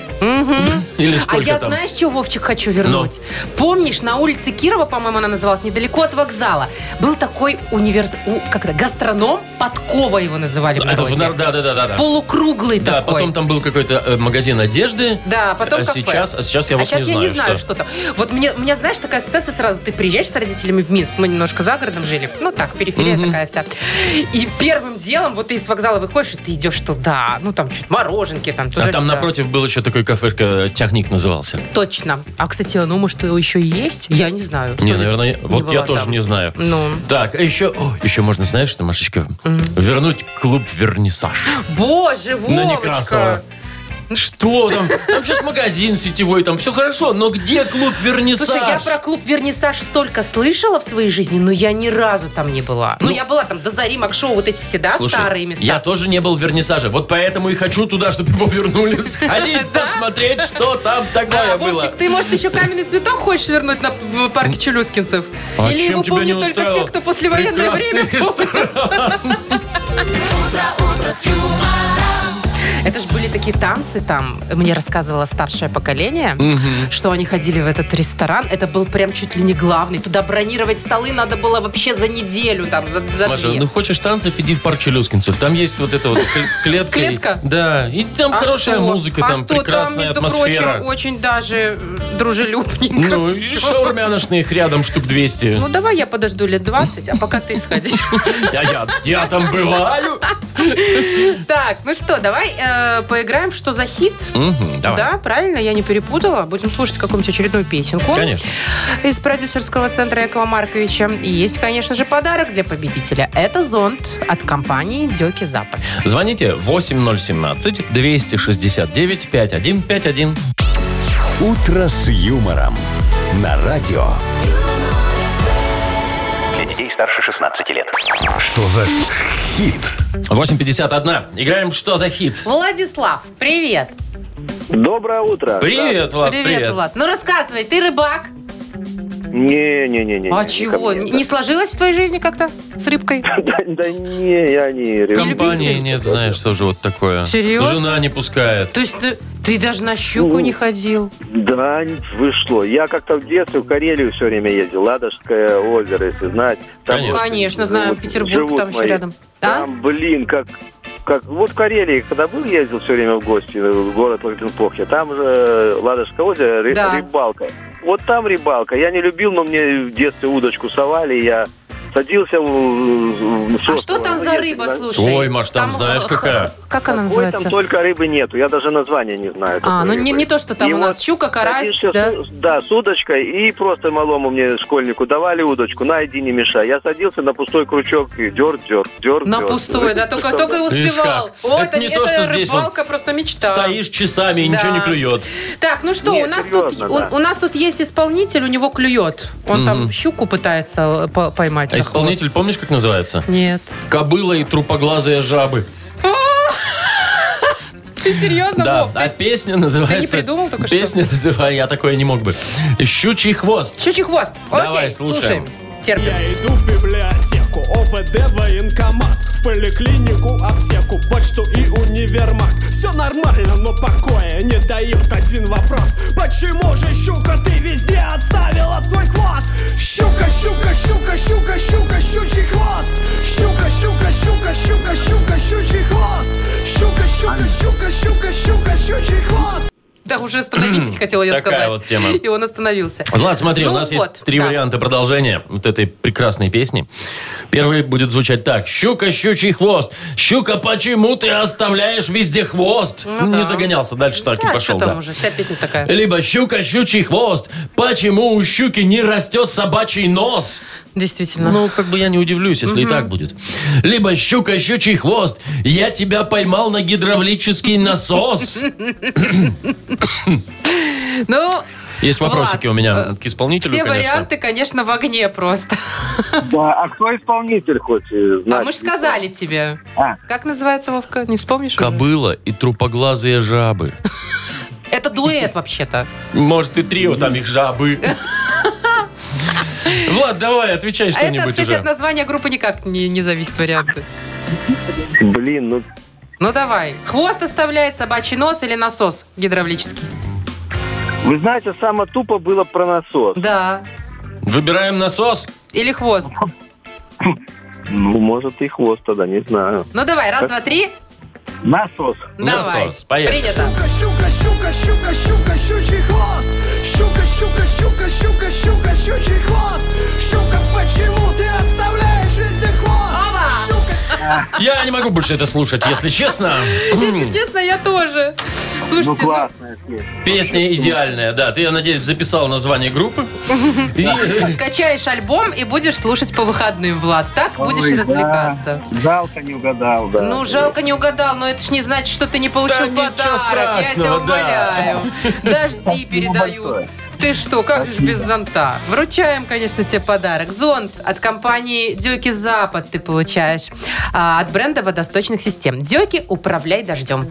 A: Или
B: А
A: сколько
B: я
A: там. Ну.
B: знаешь, что, Вовчик, хочу вернуть? Помнишь, на улице Кирова, по-моему, она называлась, недалеко от вокзала, был такой универс... у- Как это? Гастроном? Подкова его называли в
A: Ну, Это в
B: народе.
A: нар- да, да, да, да, да.
B: Полукруглый
A: Да,
B: такой.
A: потом там был какой-то э, магазин одежды.
B: Да, потом
A: а
B: кафе.
A: сейчас, а сейчас я вот
B: а сейчас
A: не
B: я
A: знаю,
B: не знаю,
A: что.
B: что, там. Вот мне, у меня, знаешь, такая ассоциация сразу. Ты приезжаешь с родителями в Минск, мы немножко за городом жили. Ну так, периферия такая вся. И первым делом, вот ты из вокзала выходишь, и ты идешь туда. Ну там чуть мороженки, там
A: А
B: туда
A: там напротив был еще такой кафешка, э, техник назывался.
B: Точно. А, кстати, ну, может, его еще и есть? Я не знаю.
A: Не,
B: Сто лет
A: наверное, вот я
B: была
A: тоже
B: там.
A: не знаю.
B: Ну.
A: Так, а еще, о, еще можно, знаешь, что, Машечка, вернуть клуб Вернисаж.
B: Боже,
A: На
B: Вовочка!
A: Некрасова.
B: Ну
A: Что там? Там сейчас магазин сетевой, там все хорошо, но где клуб Вернисаж?
B: Слушай, я про клуб «Вернисаж» столько слышала в своей жизни, но я ни разу там не была. Ну,
A: Ну,
B: я была там до «Зари», «Макшоу», вот эти все, да,
A: Слушай,
B: старые места.
A: Я тоже не был в Вернисаже, вот поэтому и хочу туда, чтобы его вернули, сходить, посмотреть, что там
B: Да,
A: такое было.
B: А, Вовчик, ты, может, еще каменный цветок хочешь вернуть на п- парке Челюскинцев?
A: А
B: Или
A: чем
B: его
A: тебя не
B: помнят только
A: устраивал?
B: все, кто послевоенное время
A: Прекрасный
B: помнит? Это же были такие танцы там. Мне рассказывало старшее поколение, что они ходили в этот ресторан. Это был прям чуть ли не главный. Туда бронировать столы надо было вообще за неделю, там, за, за
A: Маша,
B: две.
A: ну хочешь танцев, иди в парк Челюскинцев. Там есть вот эта вот кл- клетка.
B: Клетка?
A: Да, и там
B: А
A: хорошая
B: что?
A: музыка,
B: А
A: там
B: что там,
A: прекрасная
B: между прочим,
A: атмосфера.
B: очень даже э, дружелюбненько
A: Ну и
B: всё.
A: шаурмяночных рядом штук 200.
B: Ну, давай я подожду лет 20, а пока ты сходи.
A: Я- я- Я там бываю.
B: Так, ну что, давай э, поиграем, в что за хит?
A: Мгм, давай.
B: Да, правильно, я не перепутала. Будем слушать какую-нибудь очередную песенку.
A: Конечно.
B: Из продюсерского центра Якова Марковича. И есть, конечно же, подарок для победителя. Это зонт от компании Дёки Запад.
A: Звоните 8017-269-5151.
C: «Утро с юмором» на радио.
D: Для детей старше 16 лет.
C: Что за хит?
A: 8.51. Играем «Что за хит?»
B: Владислав, привет.
E: Доброе утро.
A: Привет, Влад, привет.
B: Влад. Ну, рассказывай, ты рыбак.
E: Не-не-не-не.
B: а чего? не не сложилось в твоей жизни как-то с рыбкой?
E: Да не, я не
A: Компании нет, знаешь, что же вот такое.
B: Серьезно?
A: Жена не пускает.
B: То есть ты, ты даже на щуку
E: Ну.
B: не ходил?
E: Да, вышло. Я как-то в детстве в Карелию все время ездил. Ладожское озеро, если знать.
A: Конечно.
E: Ну, вот
B: Конечно, знаю,
E: живут-
B: Петербург
E: живут
B: там еще
E: мои.
B: рядом. А?
E: Там, блин, как... Как, вот в Карелии, когда был, ездил все время в гости э, в город Лагденпохе, там же Ладожское озеро, ры-
B: Да.
E: рыбалка. Вот там рыбалка. Я не любил, но мне в детстве удочку совали, и я садился в, в- в
B: А
E: сосну.
B: что там
E: Ну,
B: за
E: если
B: рыба,
E: на-
B: слушай?
A: Ой, Маш, там знаешь,
B: х-
A: какая.
B: х- Как она
E: Какой
B: называется?
E: там только рыбы нету, я даже название не знаю.
B: А,
E: какой
B: ну не,
E: рыбы.
B: не то, что там
E: И
B: у
E: вот
B: нас щука, карась,
E: Садишься
B: да?
E: с- да, с удочкой, и просто малому мне, школьнику, давали удочку, на, иди, не мешай. Я садился на пустой крючок и дер, дер, дер,
B: На
E: дер.
B: пустой, да, только,
E: Что
B: только и
E: там?
A: Видишь
B: успевал.
A: как?
B: О,
A: Это
B: это
A: не
B: не
A: то, что здесь вот
B: рыбалка, просто мечта.
A: Стоишь часами и
B: Да.
A: ничего не клюет.
B: Так, ну что,
E: Нет,
B: у, нас тут,
E: серьезно,
B: у-
E: да.
B: у, нас тут есть исполнитель, у него клюет. Он там щуку пытается э, по-
A: А
B: поймать. за хвост.
A: исполнитель, помнишь, как называется?
B: Нет.
A: Кобыла и трупоглазые жабы.
B: Ты серьезно,
A: Да,
B: Вов?
A: а
B: Ты
A: песня называется...
B: придумал только что?
A: Песня называется... Я такое не мог бы. «Щучий хвост».
B: щучий хвост.
A: Давай,
B: Окей,
A: слушаем.
B: слушаем. Терпим.
G: Я иду в библиотеку, ОВД, военкомат В поликлинику, аптеку, почту и универмаг Все нормально, но покоя не дают один вопрос Почему же, щука, ты везде оставила свой хвост? Щука, щука, щука, щука, щука, щучий хвост Щука, щука, щука, щука, щука, щучий хвост Щука, щука, щука, щука, щука, щучий хвост
B: Да, уже остановитесь, хотела я
A: Такая
B: сказать.
A: вот тема.
B: И он остановился.
A: Ладно, смотри, у
B: Ну
A: нас есть
B: вот,
A: три
B: да.
A: варианта продолжения вот этой прекрасной песни. Первый будет звучать так. «Щука, щучий хвост». «Щука, почему ты оставляешь везде хвост?»
B: Ну
A: Не
B: да.
A: загонялся, дальше так и
B: Да,
A: пошел.
B: А, что там
A: да.
B: уже, вся песня такая.
A: Либо «Щука, щучий хвост». «Почему у щуки не растет собачий нос?»
B: Действительно.
A: Ну, как бы я не удивлюсь, если и так будет. Либо щука, щучий хвост. Я тебя поймал на гидравлический насос.
B: Ну,
A: Есть вопросики у
B: Влад,
A: меня
B: э,
A: к исполнителю,
B: все
A: конечно.
B: варианты, конечно, в огне просто.
E: Да, а кто исполнитель хоть? э,
B: А
E: знать?
B: мы же сказали тебе.
E: А.
B: Как называется, Вовка? Не вспомнишь? уже?
A: Кобыла и трупоглазые жабы.
B: Это дуэт вообще-то.
A: Может, и трио, там их жабы. Влад, давай, отвечай
B: А это,
A: что-нибудь
B: кстати, от
A: уже.
B: названия группы никак не, не зависит варианты.
E: Блин, ну
B: Ну давай. Хвост оставляет собачий нос или насос гидравлический?
E: вы знаете, самое тупо было про насос.
B: Да.
A: Выбираем насос.
B: Или хвост.
E: Ну, может, и хвост тогда, не знаю.
B: Ну давай, раз, два, три.
E: Насос.
B: Давай.
A: Насос, А поехали.
B: Принято.
G: Щука, щука, щука, щука, щучий хвост. Щука, щука, щука, щука, щука, щучий хвост. Щука, почему Ну, ты оставляешь везде хвост?
B: Опа!
G: Щука,
A: Я не могу больше это слушать, если честно.
B: Честно, я тоже.
E: Ну,
B: Слушайте, ну,
E: классная песня.
A: Песня идеальная, да. Ты, я надеюсь, записал название группы. И-
B: ну, скачаешь альбом и будешь слушать по выходным, Влад. Так будешь
E: Ой, да.
B: развлекаться.
E: Жалко не угадал, да.
B: Ну, жалко, не угадал, но это ж не значит, что ты не получил
A: Да ничего
B: подарок. Я тебя
A: страшного, да.
B: умоляю. Дожди передаю.
E: большое.
B: Ты что, как же без зонта? Вручаем, конечно, тебе подарок. Зонт от компании Дёки Запад ты получаешь. А, от бренда водосточных систем. Дёки, управляй дождем.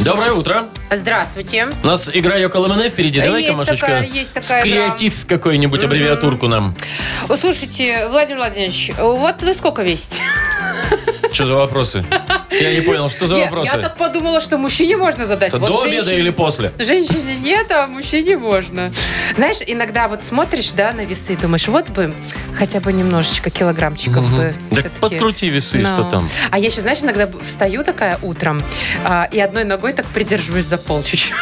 A: Доброе утро.
B: Здравствуйте.
A: У нас игра Йоко Ламане впереди.
B: Есть
A: Давай-ка, Машечка,
B: такая- есть такая игра.
A: скреатив какой-нибудь аббревиатурку нам.
B: О, Слушайте, Владимир Владимирович, вот вы сколько весите?
A: Что за вопросы? Я не понял, что за
B: Я-
A: вопросы?
B: Я так подумала, что мужчине можно задать.
A: Это
B: Вот
A: до обеда
B: женщине-
A: или после?
B: Женщине нет, а мужчине можно. Знаешь, иногда вот смотришь, да, на весы и думаешь, вот бы хотя бы немножечко килограммчиков бы
A: Да
B: все-таки.
A: подкрути весы,
B: Но.
A: что там.
B: А я еще, знаешь, иногда б- встаю такая утром а, и одной ногой так придерживаюсь за пол чуть-чуть.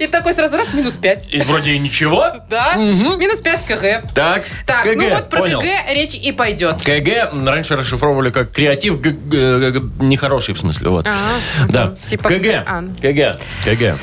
B: И такой сразу раз минус 5.
A: И вроде и ничего.
B: Да? Минус 5 кг.
A: Так,
B: Так,
A: КГ,
B: ну вот про
A: понял.
B: КГ речь и пойдет.
A: КГ раньше расшифровывали как креатив, г- г- г- нехороший в смысле, вот.
B: А,
A: Да.
B: мгм. Типа
A: КГ,
B: а.
A: КГ, КГ.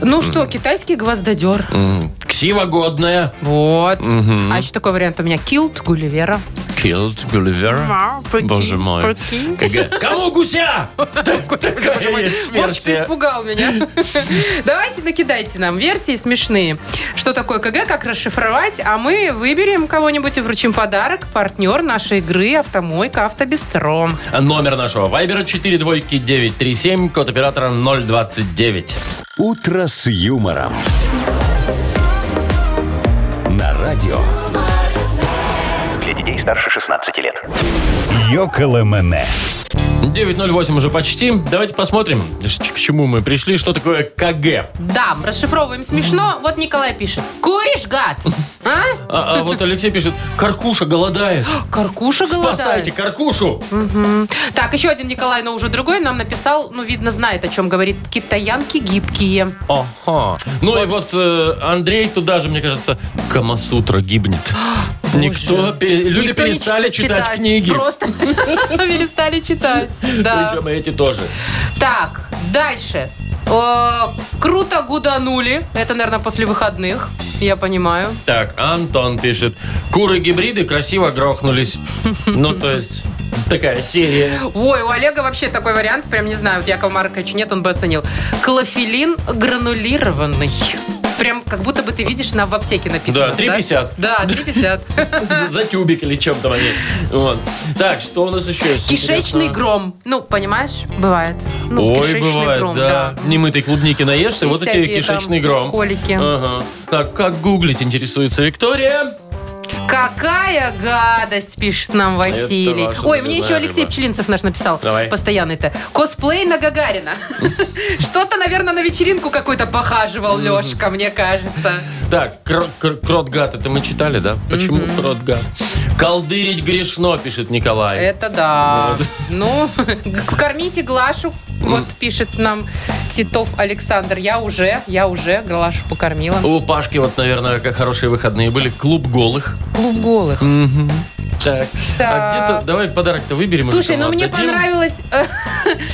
B: Ну что, китайский гвоздодер.
A: М, Ксивогодная.
B: Вот. А еще такой вариант у меня килт Гулливера.
A: Килт Гулливера. Боже мой. КГ. Кому гуся?
B: Господи,
A: Такая
B: боже мой.
A: есть
B: Вовчик, ты
A: версия.
B: испугал меня. Давайте накидайте нам версии смешные. Что такое КГ, как расшифровать, а мы выберем кого-нибудь и вручим подарок. Партнер нашей игры «Автомойка Автобестро».
A: Номер нашего вайбера 42937, код оператора 029.
C: «Утро с юмором». На радио
D: Для детей старше 16 лет.
C: «Йоколэмэне».
A: 9.08 уже почти. Давайте посмотрим, ш- к чему мы пришли. Что такое КГ?
B: Да, расшифровываем смешно. Вот Николай пишет. Куришь, гад? А?
A: А, а вот Алексей пишет, Каркуша голодает.
B: Каркуша голодает.
A: Спасайте Каркушу.
B: Так, еще один Николай, но уже другой, нам написал, ну, видно, знает, о чем говорит. Китаянки гибкие.
A: Ага. Ну и вот э, Андрей туда же, мне кажется, Камасутра гибнет. Никто, пере- люди
B: Никто не
A: перестали
B: чит-
A: читать, книги.
B: Просто перестали читать. Да.
A: Причем и эти тоже.
B: Так, дальше. Э, Круто гуданули. Это, наверное, после выходных. Я понимаю.
A: Так, Антон пишет. Куры-гибриды красиво грохнулись. Ну, то есть, такая серия.
B: Ой, у Олега вообще такой вариант, прям не знаю, вот Якова Марковича нет, он бы оценил. Клофелин гранулированный. Прям как будто бы ты видишь, на в аптеке написано.
A: Да, 3,50.
B: Да, 3,50.
A: За за тюбик или чем там они. Вот. Так, что у нас еще есть?
B: Кишечный
A: интересного?
B: гром. Ну, понимаешь, бывает. Ну,
A: Ой,
B: кишечный
A: бывает,
B: гром,
A: да. Немытой клубники наешься,
B: И
A: вот у тебя
B: всякие там
A: кишечный гром.
B: колики.
A: Ага. Так, как гуглить, интересуется Виктория?
B: Какая гадость, пишет нам
A: А
B: Василий.
A: ваша
B: Ой, мне
A: любимая
B: еще Алексей
A: рыба.
B: Пчелинцев наш написал.
A: Давай.
B: Постоянный-то. Косплей на Гагарина. Что-то, наверное, на вечеринку какой-то похаживал Лешка, мне кажется.
A: Так, кро- кр- крот-гад, это мы читали, да? Почему крот-гад? Колдырить грешно, пишет Николай.
B: Это да. Ну, кормите Глашу. Вот пишет нам Титов Александр. Я уже, я уже Глашу покормила.
A: У Пашки вот, наверное, как хорошие выходные были. Клуб голых.
B: Клуб голых.
A: Так. А
B: Так.
A: где-то, давай подарок-то выберем. или
B: Слушай,
A: кому
B: ну мне
A: отдадим.
B: понравилось... э,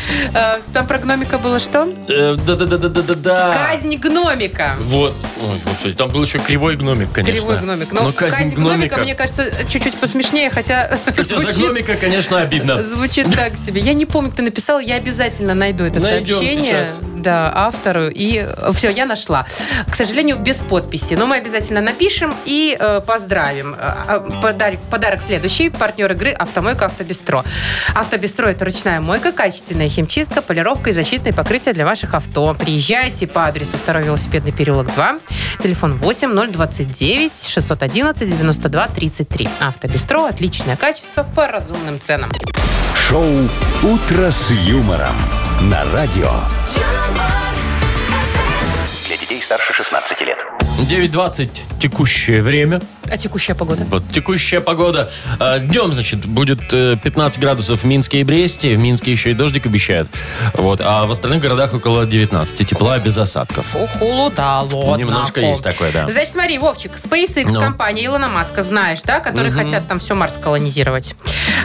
B: э, Там про гномика было что?
A: Э, Да-да-да-да-да-да.
B: Казнь гномика.
A: Вот. Ой, вот. Там был еще кривой гномик, конечно. Ну,
B: Кривой гномик. Но, казнь, гномика, мне кажется, чуть-чуть посмешнее, хотя,
A: Хотя за
B: звучит,
A: гномика, конечно, обидно.
B: звучит так себе. Я не помню, кто написал, я обязательно найду это
A: Найдем
B: сообщение.
A: сейчас.
B: Да, автору. И все, я нашла. К сожалению, без подписи. Но мы обязательно напишем и э, поздравим. А, а, Подарок, подарок следующий. Партнер игры «Автомойка Автобестро». «Автобестро» — это ручная мойка, качественная химчистка, полировка и защитные покрытия для ваших авто. Приезжайте по адресу 2 велосипедный переулок 2, телефон 8 029 611 92 33. «Автобестро» — отличное качество по разумным ценам.
C: Шоу «Утро с юмором» на радио.
D: Для детей старше 16 лет.
A: 9.20 текущее время.
B: А текущая погода?
A: Вот текущая погода. Э, Днем, значит, будет э, 15 градусов в Минске и Бресте. В Минске еще и дождик обещают. Вот. А в остальных городах около 19. Тепла без осадков.
B: Похолодало.
A: Немножко
B: однако.
A: есть такое, да.
B: Значит, смотри, Вовчик, SpaceX,
A: Ну.
B: компания Илона Маска, знаешь, да, которые хотят там все Марс колонизировать.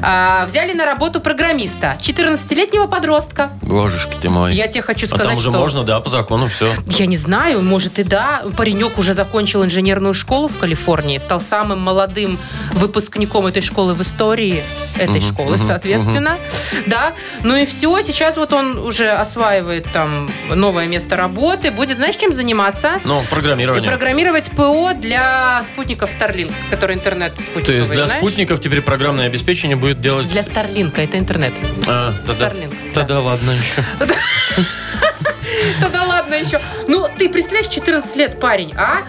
B: А, взяли на работу программиста, 14-летнего подростка.
A: Божешки ты мой.
B: Я тебе хочу
A: а
B: сказать,
A: там уже
B: что...
A: можно, да, по закону все.
B: Я не знаю, может и да. Паренек уже закончил инженерную школу в Калифорнии, стал самым молодым выпускником этой школы в истории этой школы, соответственно. Да. Ну и все, сейчас вот он уже осваивает там новое место работы, будет, знаешь, чем заниматься?
A: Ну,
B: И
A: программирование.
B: программировать ПО для спутников Starlink, который интернет спутниковый,
A: То есть для
B: знаешь?
A: спутников теперь программное обеспечение будет делать...
B: Для Старлинка, это интернет.
A: А, тогда,
B: Starlink, да.
A: тогда ладно еще.
B: Да да ладно еще. Ну, ты представляешь, 14 лет парень, а?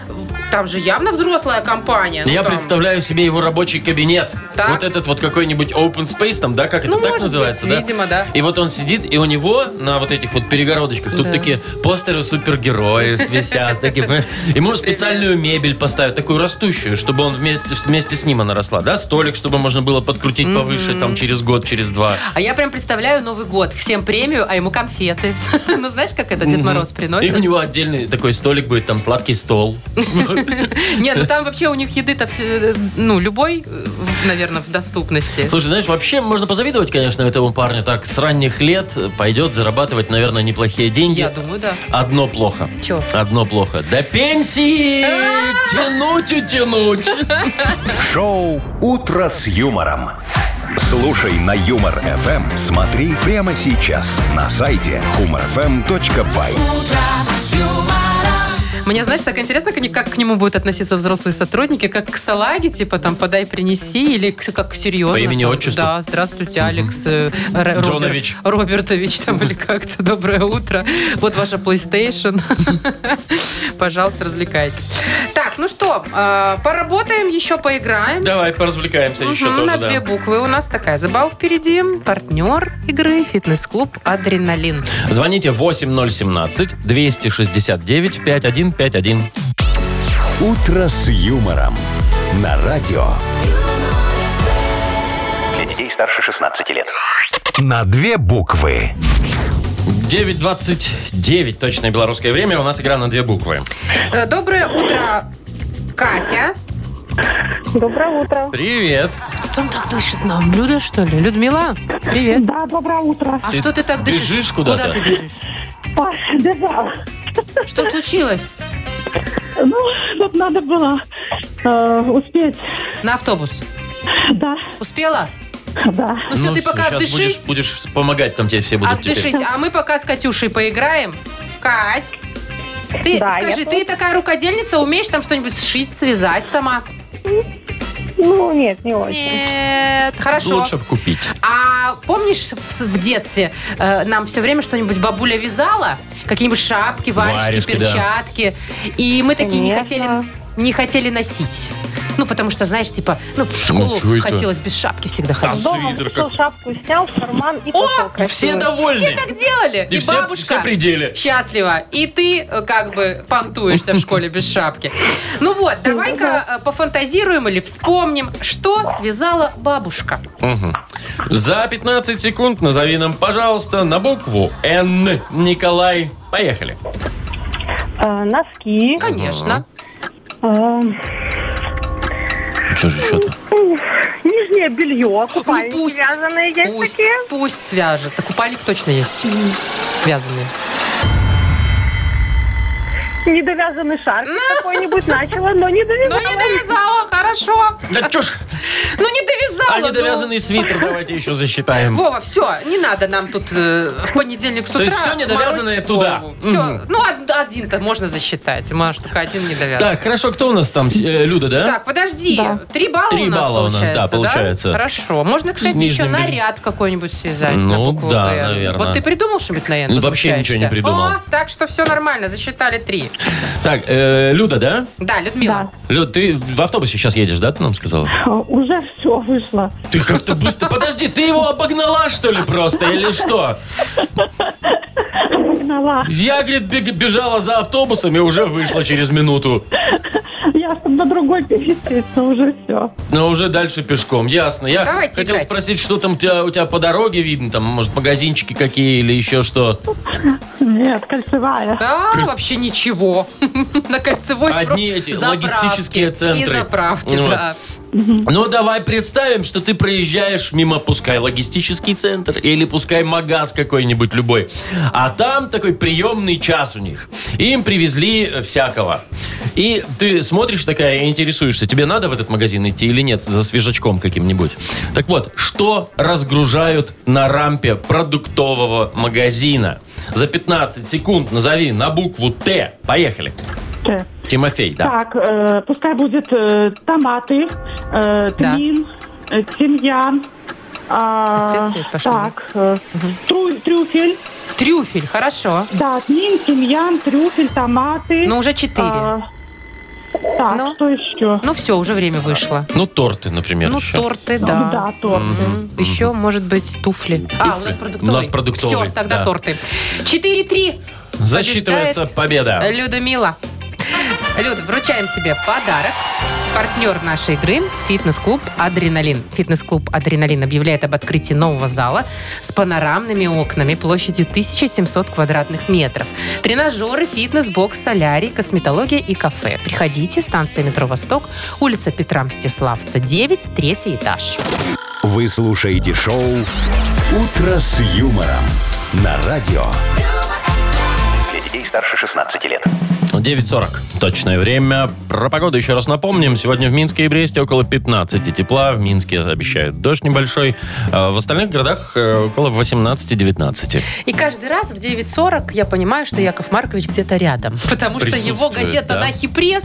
B: Там же явно взрослая компания. ну,
A: Я
B: там.
A: представляю себе его рабочий кабинет.
B: Так.
A: Вот этот вот какой-нибудь open space там, да, как
B: Ну,
A: это так
B: может
A: называется,
B: быть,
A: да?
B: видимо, да.
A: И вот он сидит, и у него на вот этих вот перегородочках тут
B: Да.
A: такие постеры супергероев висят. такие, понимаешь? Ему специальную мебель поставят, такую растущую, чтобы он вместе, вместе с ним она росла, да? Столик, чтобы можно было подкрутить повыше там через год, через два.
B: А я прям представляю Новый год. Всем премию, а ему конфеты. Ну, знаешь, как это Дед Мороз
A: И у
B: приносит?
A: него отдельный такой столик будет, там сладкий стол.
B: Не, ну там вообще у них еды-то, э, ну, любой, э, в- наверное, в доступности.
A: Слушай, знаешь, вообще можно позавидовать, конечно, этому парню. Так, с ранних лет пойдет зарабатывать, наверное, неплохие деньги.
B: Я думаю, да.
A: Одно плохо.
B: Чё? А!
A: Одно плохо. До пенсии тянуть и тянуть.
C: Шоу «Утро с юмором». Слушай на Юмор ФМ. Смотри прямо сейчас на сайте humorfm.by.
B: Мне, знаешь, так интересно, как они- как к нему будут относиться взрослые сотрудники, как к салаге, типа там подай, принеси, или к- как серьезно.
A: По имени, отчеству?
B: Да, здравствуйте, Алекс. э, Р-
A: Джонович.
B: Роберт- Робертович там или как-то. Доброе утро. Вот ваша PlayStation. Пожалуйста, развлекайтесь. Так, ну что, э, поработаем, еще поиграем.
A: Давай поразвлекаемся еще
B: Мгм,
A: тоже,
B: на
A: да.
B: две буквы. У нас такая забава впереди. Партнер игры фитнес-клуб «Адреналин».
A: Звоните 8017-269-5151.
C: «Утро с юмором» на радио.
D: Для детей старше 16 лет.
C: На две буквы.
A: 9.29, точное белорусское время, у нас игра на две буквы.
B: Э, Доброе утро, Катя.
F: Доброе утро.
A: Привет.
B: Кто там так дышит нам? Люда, что ли? Людмила, привет.
F: Да, доброе утро.
B: А
A: Ты
B: что ты так дышишь?
A: бежишь куда-то?
B: ты бежишь?
F: Паша, бежал.
B: Что случилось?
F: Ну, тут надо было э, успеть.
B: На автобус.
F: Да,
B: Успела?
F: да.
B: Ну все, ты пока
A: сейчас будешь,
B: отдышись.
A: будешь помогать там тебе все будут теперь.
B: Отдышись. А мы пока с Катюшей поиграем. Кать, ты
F: Да,
B: скажи,
F: я
B: ты такая рукодельница, умеешь там что-нибудь сшить, связать сама?
F: Ну, нет, не очень.
B: Нет, хорошо.
A: Ну, Лучше б купить.
B: А помнишь, в, в детстве э, нам все время что-нибудь бабуля вязала? Какие-нибудь шапки, варежки,
A: Варежки, да.
B: перчатки. И мы такие не
F: Конечно.
B: хотели, не хотели носить. Ну, потому что, знаешь, типа, ну, в школу
A: чё это?
B: хотелось без шапки всегда ходить.
F: Дома
A: свитер
F: вышел,
A: как-
F: шапку снял в карман и пошел красиво.
A: Все довольны.
B: Так делали.
A: И
B: И,
A: все-
B: бабушка
A: все при деле.
B: счастлива. И ты э, как бы понтуешься в школе без шапки. Ну вот, давай-ка э, пофантазируем или вспомним, что связала бабушка.
A: За 15 секунд назови нам, пожалуйста, на букву Н. Николай, поехали.
F: Э, носки.
B: Конечно.
F: э,
A: Что же еще-то?
F: нижнее белье.
B: Ну,
F: Купальники
B: пусть.
F: связанные есть
B: Пусть,
F: такие.
B: пусть свяжет. Да, купальник точно есть. Вязаный.
F: Недовязанный шарфик какой-нибудь начала, но не
B: Ну,
F: довязала.
B: не довязала, хорошо.
A: Да чё ж,
B: Ну, не довязала.
A: а
B: ну.
A: недовязанный свитер давайте еще засчитаем.
B: Вова, все, не надо нам тут э, в понедельник с
A: То
B: утра.
A: есть всё недовязанное туда.
B: Все,
A: Мгм.
B: ну од- один-то можно засчитать. Маш, только один недовязанный.
A: Так, хорошо, кто у нас там? Э, Люда, да?
B: Так, подожди. Три балла
A: Три
B: у нас
A: балла у нас,
B: получается,
A: да, получается.
B: Хорошо. Можно, кстати, еще
A: нижним бельем.
B: наряд какой-нибудь связать на
A: Ну,
B: букву
A: да,
B: «Н».
A: наверное.
B: Вот ты придумал что-нибудь на «Н»?
A: Ну, вообще
B: возмущаешься?
A: ничего не придумал.
B: О, так что все нормально, засчитали три.
A: Так, э, Люда, да?
B: Да, Людмила.
A: Люд, ты в автобусе сейчас едешь, да, ты нам сказала?
F: Э, Уже все вышло.
A: Ты как-то быстро... Подожди, ты его обогнала, что ли, просто, или что?
F: Погнала.
A: Я, говорит, бег- бежала за автобусом и уже вышла через минуту.
F: Я чтобы на другой переселиться уже все.
A: Но уже дальше пешком, ясно. Я
B: Давайте
A: хотел
B: играть.
A: спросить, что там у тебя, у тебя по дороге видно, там, может, магазинчики какие или еще что.
F: Нет, кольцевая.
B: Да, вообще ничего. На кольцевой
A: Одни
B: про-
A: эти
B: заправки
A: логистические центры.
B: И заправки,
A: Вот.
B: да.
A: Ну, давай представим, что ты проезжаешь мимо, пускай логистический центр или пускай магаз какой-нибудь любой. А там такой приемный час у них. Им привезли э, всякого. И ты смотришь такая и интересуешься, тебе надо в этот магазин идти или нет за свежачком каким-нибудь. Так вот, что разгружают на рампе продуктового магазина? За 15 секунд назови на букву Т. Поехали.
F: Т.
A: Тимофей, да.
F: Так, э, пускай будет э, томаты, э, тмин, э, тимьян. а,
B: Специи пошли, да?
F: так, э, тру- трюфель,
B: Трюфель, хорошо.
F: да, тмин, тимьян, трюфель, томаты.
B: Ну, уже четыре.
F: а, так,
B: Ну.
F: что еще?
B: Ну, все, уже время вышло.
A: Ну, торты, например,
B: Ну,
A: еще.
B: торты,
F: Ну
B: да.
F: да, торт.
B: Еще, может быть, туфли. А, у нас продуктовый.
A: У нас продуктовый,
B: Все, тогда
A: да.
B: торты. 4-3.
A: Засчитывается
B: Побеждает
A: победа.
B: Люда Мила. Люд, вручаем тебе подарок. Партнер нашей игры – фитнес-клуб «Адреналин». Фитнес-клуб «Адреналин» объявляет об открытии нового зала с панорамными окнами площадью 1700 квадратных метров. Тренажеры, фитнес-бокс, солярий, косметология и кафе. Приходите, станция метро «Восток», улица Петра Мстиславца, 9, третий этаж.
C: Вы слушаете шоу «Утро с юмором» на радио.
D: Для детей старше 16 лет.
A: 9.40. Точное время. Про погоду еще раз напомним. Сегодня в Минске и Бресте около 15 тепла. В Минске обещают дождь небольшой. А в остальных городах э, около 18-19.
B: И каждый раз в 9.40 я понимаю, что Яков Маркович где-то рядом. Потому что его
A: Присутствует,
B: газета
A: да.
B: «Нахи Пресс»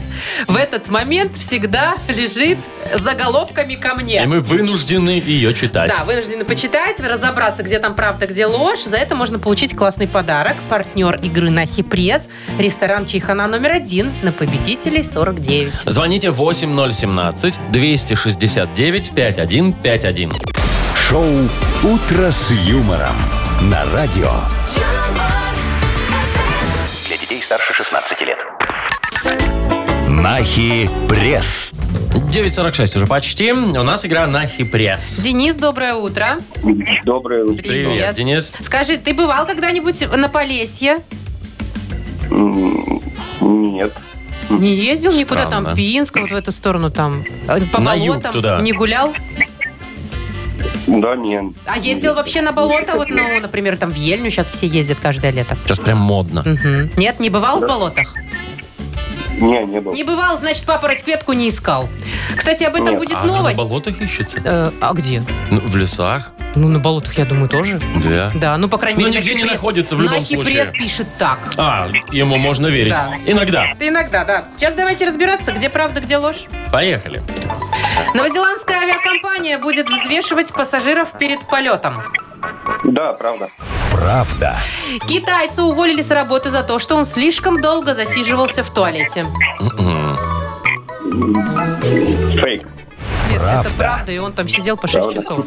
B: в этот момент всегда лежит с заголовками ко
A: И
B: мне.
A: мы вынуждены ее читать.
B: Да, вынуждены почитать, разобраться, где там правда, где ложь. За это можно получить классный подарок. Партнер игры «Нахи Пресс» ресторан «Чайхана» номер один на победителей 49.
A: Звоните 8017-269-5151.
C: Шоу «Утро с юмором» на радио.
D: Для детей старше 16 лет.
C: Нахи пресс.
A: 9.46 уже почти. У нас игра на хипресс.
B: Денис, доброе утро.
E: Доброе утро.
A: Привет, Денис.
B: Скажи, ты бывал когда-нибудь на Полесье?
E: Нет.
B: Не ездил никуда
A: Странно.
B: там, Пинск, вот в эту сторону там, э, по
A: На юг
B: болотам,
A: туда.
B: не гулял?
H: Да, нет.
B: А ездил вообще на болото? Вот, ну, например, там в Ельню сейчас все ездят каждое лето.
A: Сейчас прям модно.
B: Мгм. Нет, не бывал в болотах?
H: Не, не был.
B: Не бывал, значит, папа расцветку не искал. Кстати, об этом
H: Нет.
B: будет
A: А она
B: новость.
A: на болотах ищется?
B: Э, а где?
A: Ну, в лесах,
B: Ну, на болотах, я думаю, тоже.
A: да.
B: Да, ну, по крайней
A: Ну,
B: мере,
A: нигде не
B: Нахи Пресс-
A: находится в любом
B: Нахи
A: случае.
B: Пресс пишет так.
A: А, ему можно верить.
B: Да.
A: Иногда.
B: Иногда, да. Сейчас давайте разбираться, где правда, где ложь.
A: Поехали.
B: Новозеландская авиакомпания будет взвешивать пассажиров перед полетом.
H: Да, правда.
C: Правда.
B: Китайца уволили с работы за то, что он слишком долго засиживался в туалете.
H: Фейк.
B: Нет, это правда, и он там сидел по 6
H: Правда.
B: часов.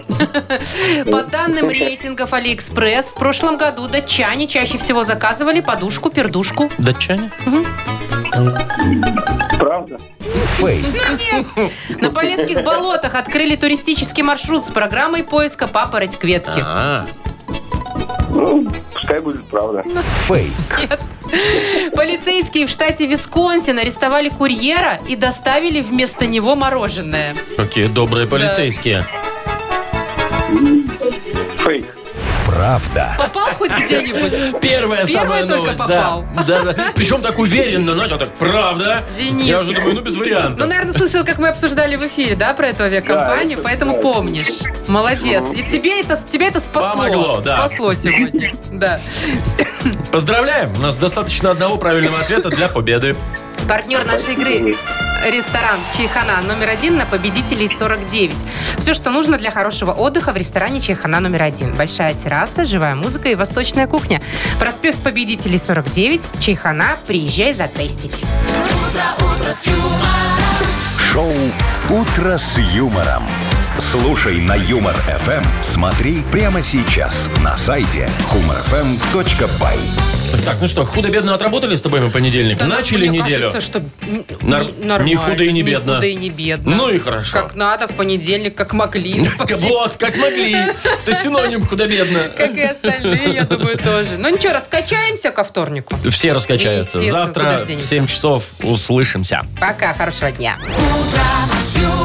B: По данным рейтингов Алиэкспресс, в прошлом году датчане чаще всего заказывали подушку-пердушку.
A: Датчане?
H: Правда.
B: На Полесских болотах открыли туристический маршрут с программой поиска папороть кветки.
A: А,
H: Ну, пускай будет правда.
B: Полицейские в штате Висконсин арестовали курьера и доставили вместо него мороженое.
A: какие добрые полицейские.
H: Фейк.
B: Попал хоть где-нибудь?
A: Первая
B: Первая
A: самая
B: только
A: новость,
B: попал.
A: да. Да, да. Причем так уверенно, начал так, правда?
B: Денис.
A: Я уже думаю, ну без
B: Ну,
A: вариантов.
B: наверное, слышал, как мы обсуждали в эфире, да, про эту авиакомпанию,
H: Да, это-
B: поэтому
H: да. Ну.
B: помнишь. Молодец. И тебе это, тебе это спасло.
A: Помогло, да.
B: Спасло сегодня. Да.
A: Поздравляем, у нас достаточно одного правильного ответа для победы.
B: Партнер нашей игры ресторан Чайхана номер один на победителей 49. Все, что нужно для хорошего отдыха в ресторане Чайхана номер один. Большая терраса, живая музыка и восточная кухня. Проспект победителей 49, Чайхана, приезжай затестить.
C: Шоу «Утро с юмором». Слушай на Юмор ФМ. Смотри прямо сейчас на сайте humorfm.by.
A: Так, ну что, худо-бедно отработали с тобой мы понедельник? Начали
B: мне
A: неделю?
B: Кажется, что н- н-
A: Нар-
B: не- нормально,
A: ни худо и не бедно.
B: худо и не бедно.
A: Ну и хорошо.
B: Как надо, в понедельник, как могли.
A: Вот, как могли. Это синоним худо-бедно.
B: Как и остальные, я думаю, тоже. Ну ничего, раскачаемся ко вторнику.
A: Все раскачаются.
B: Естественно,
A: Завтра
B: куда ж денемся?
A: в 7 часов услышимся.
B: Пока, хорошего дня.
I: Утро с юмором.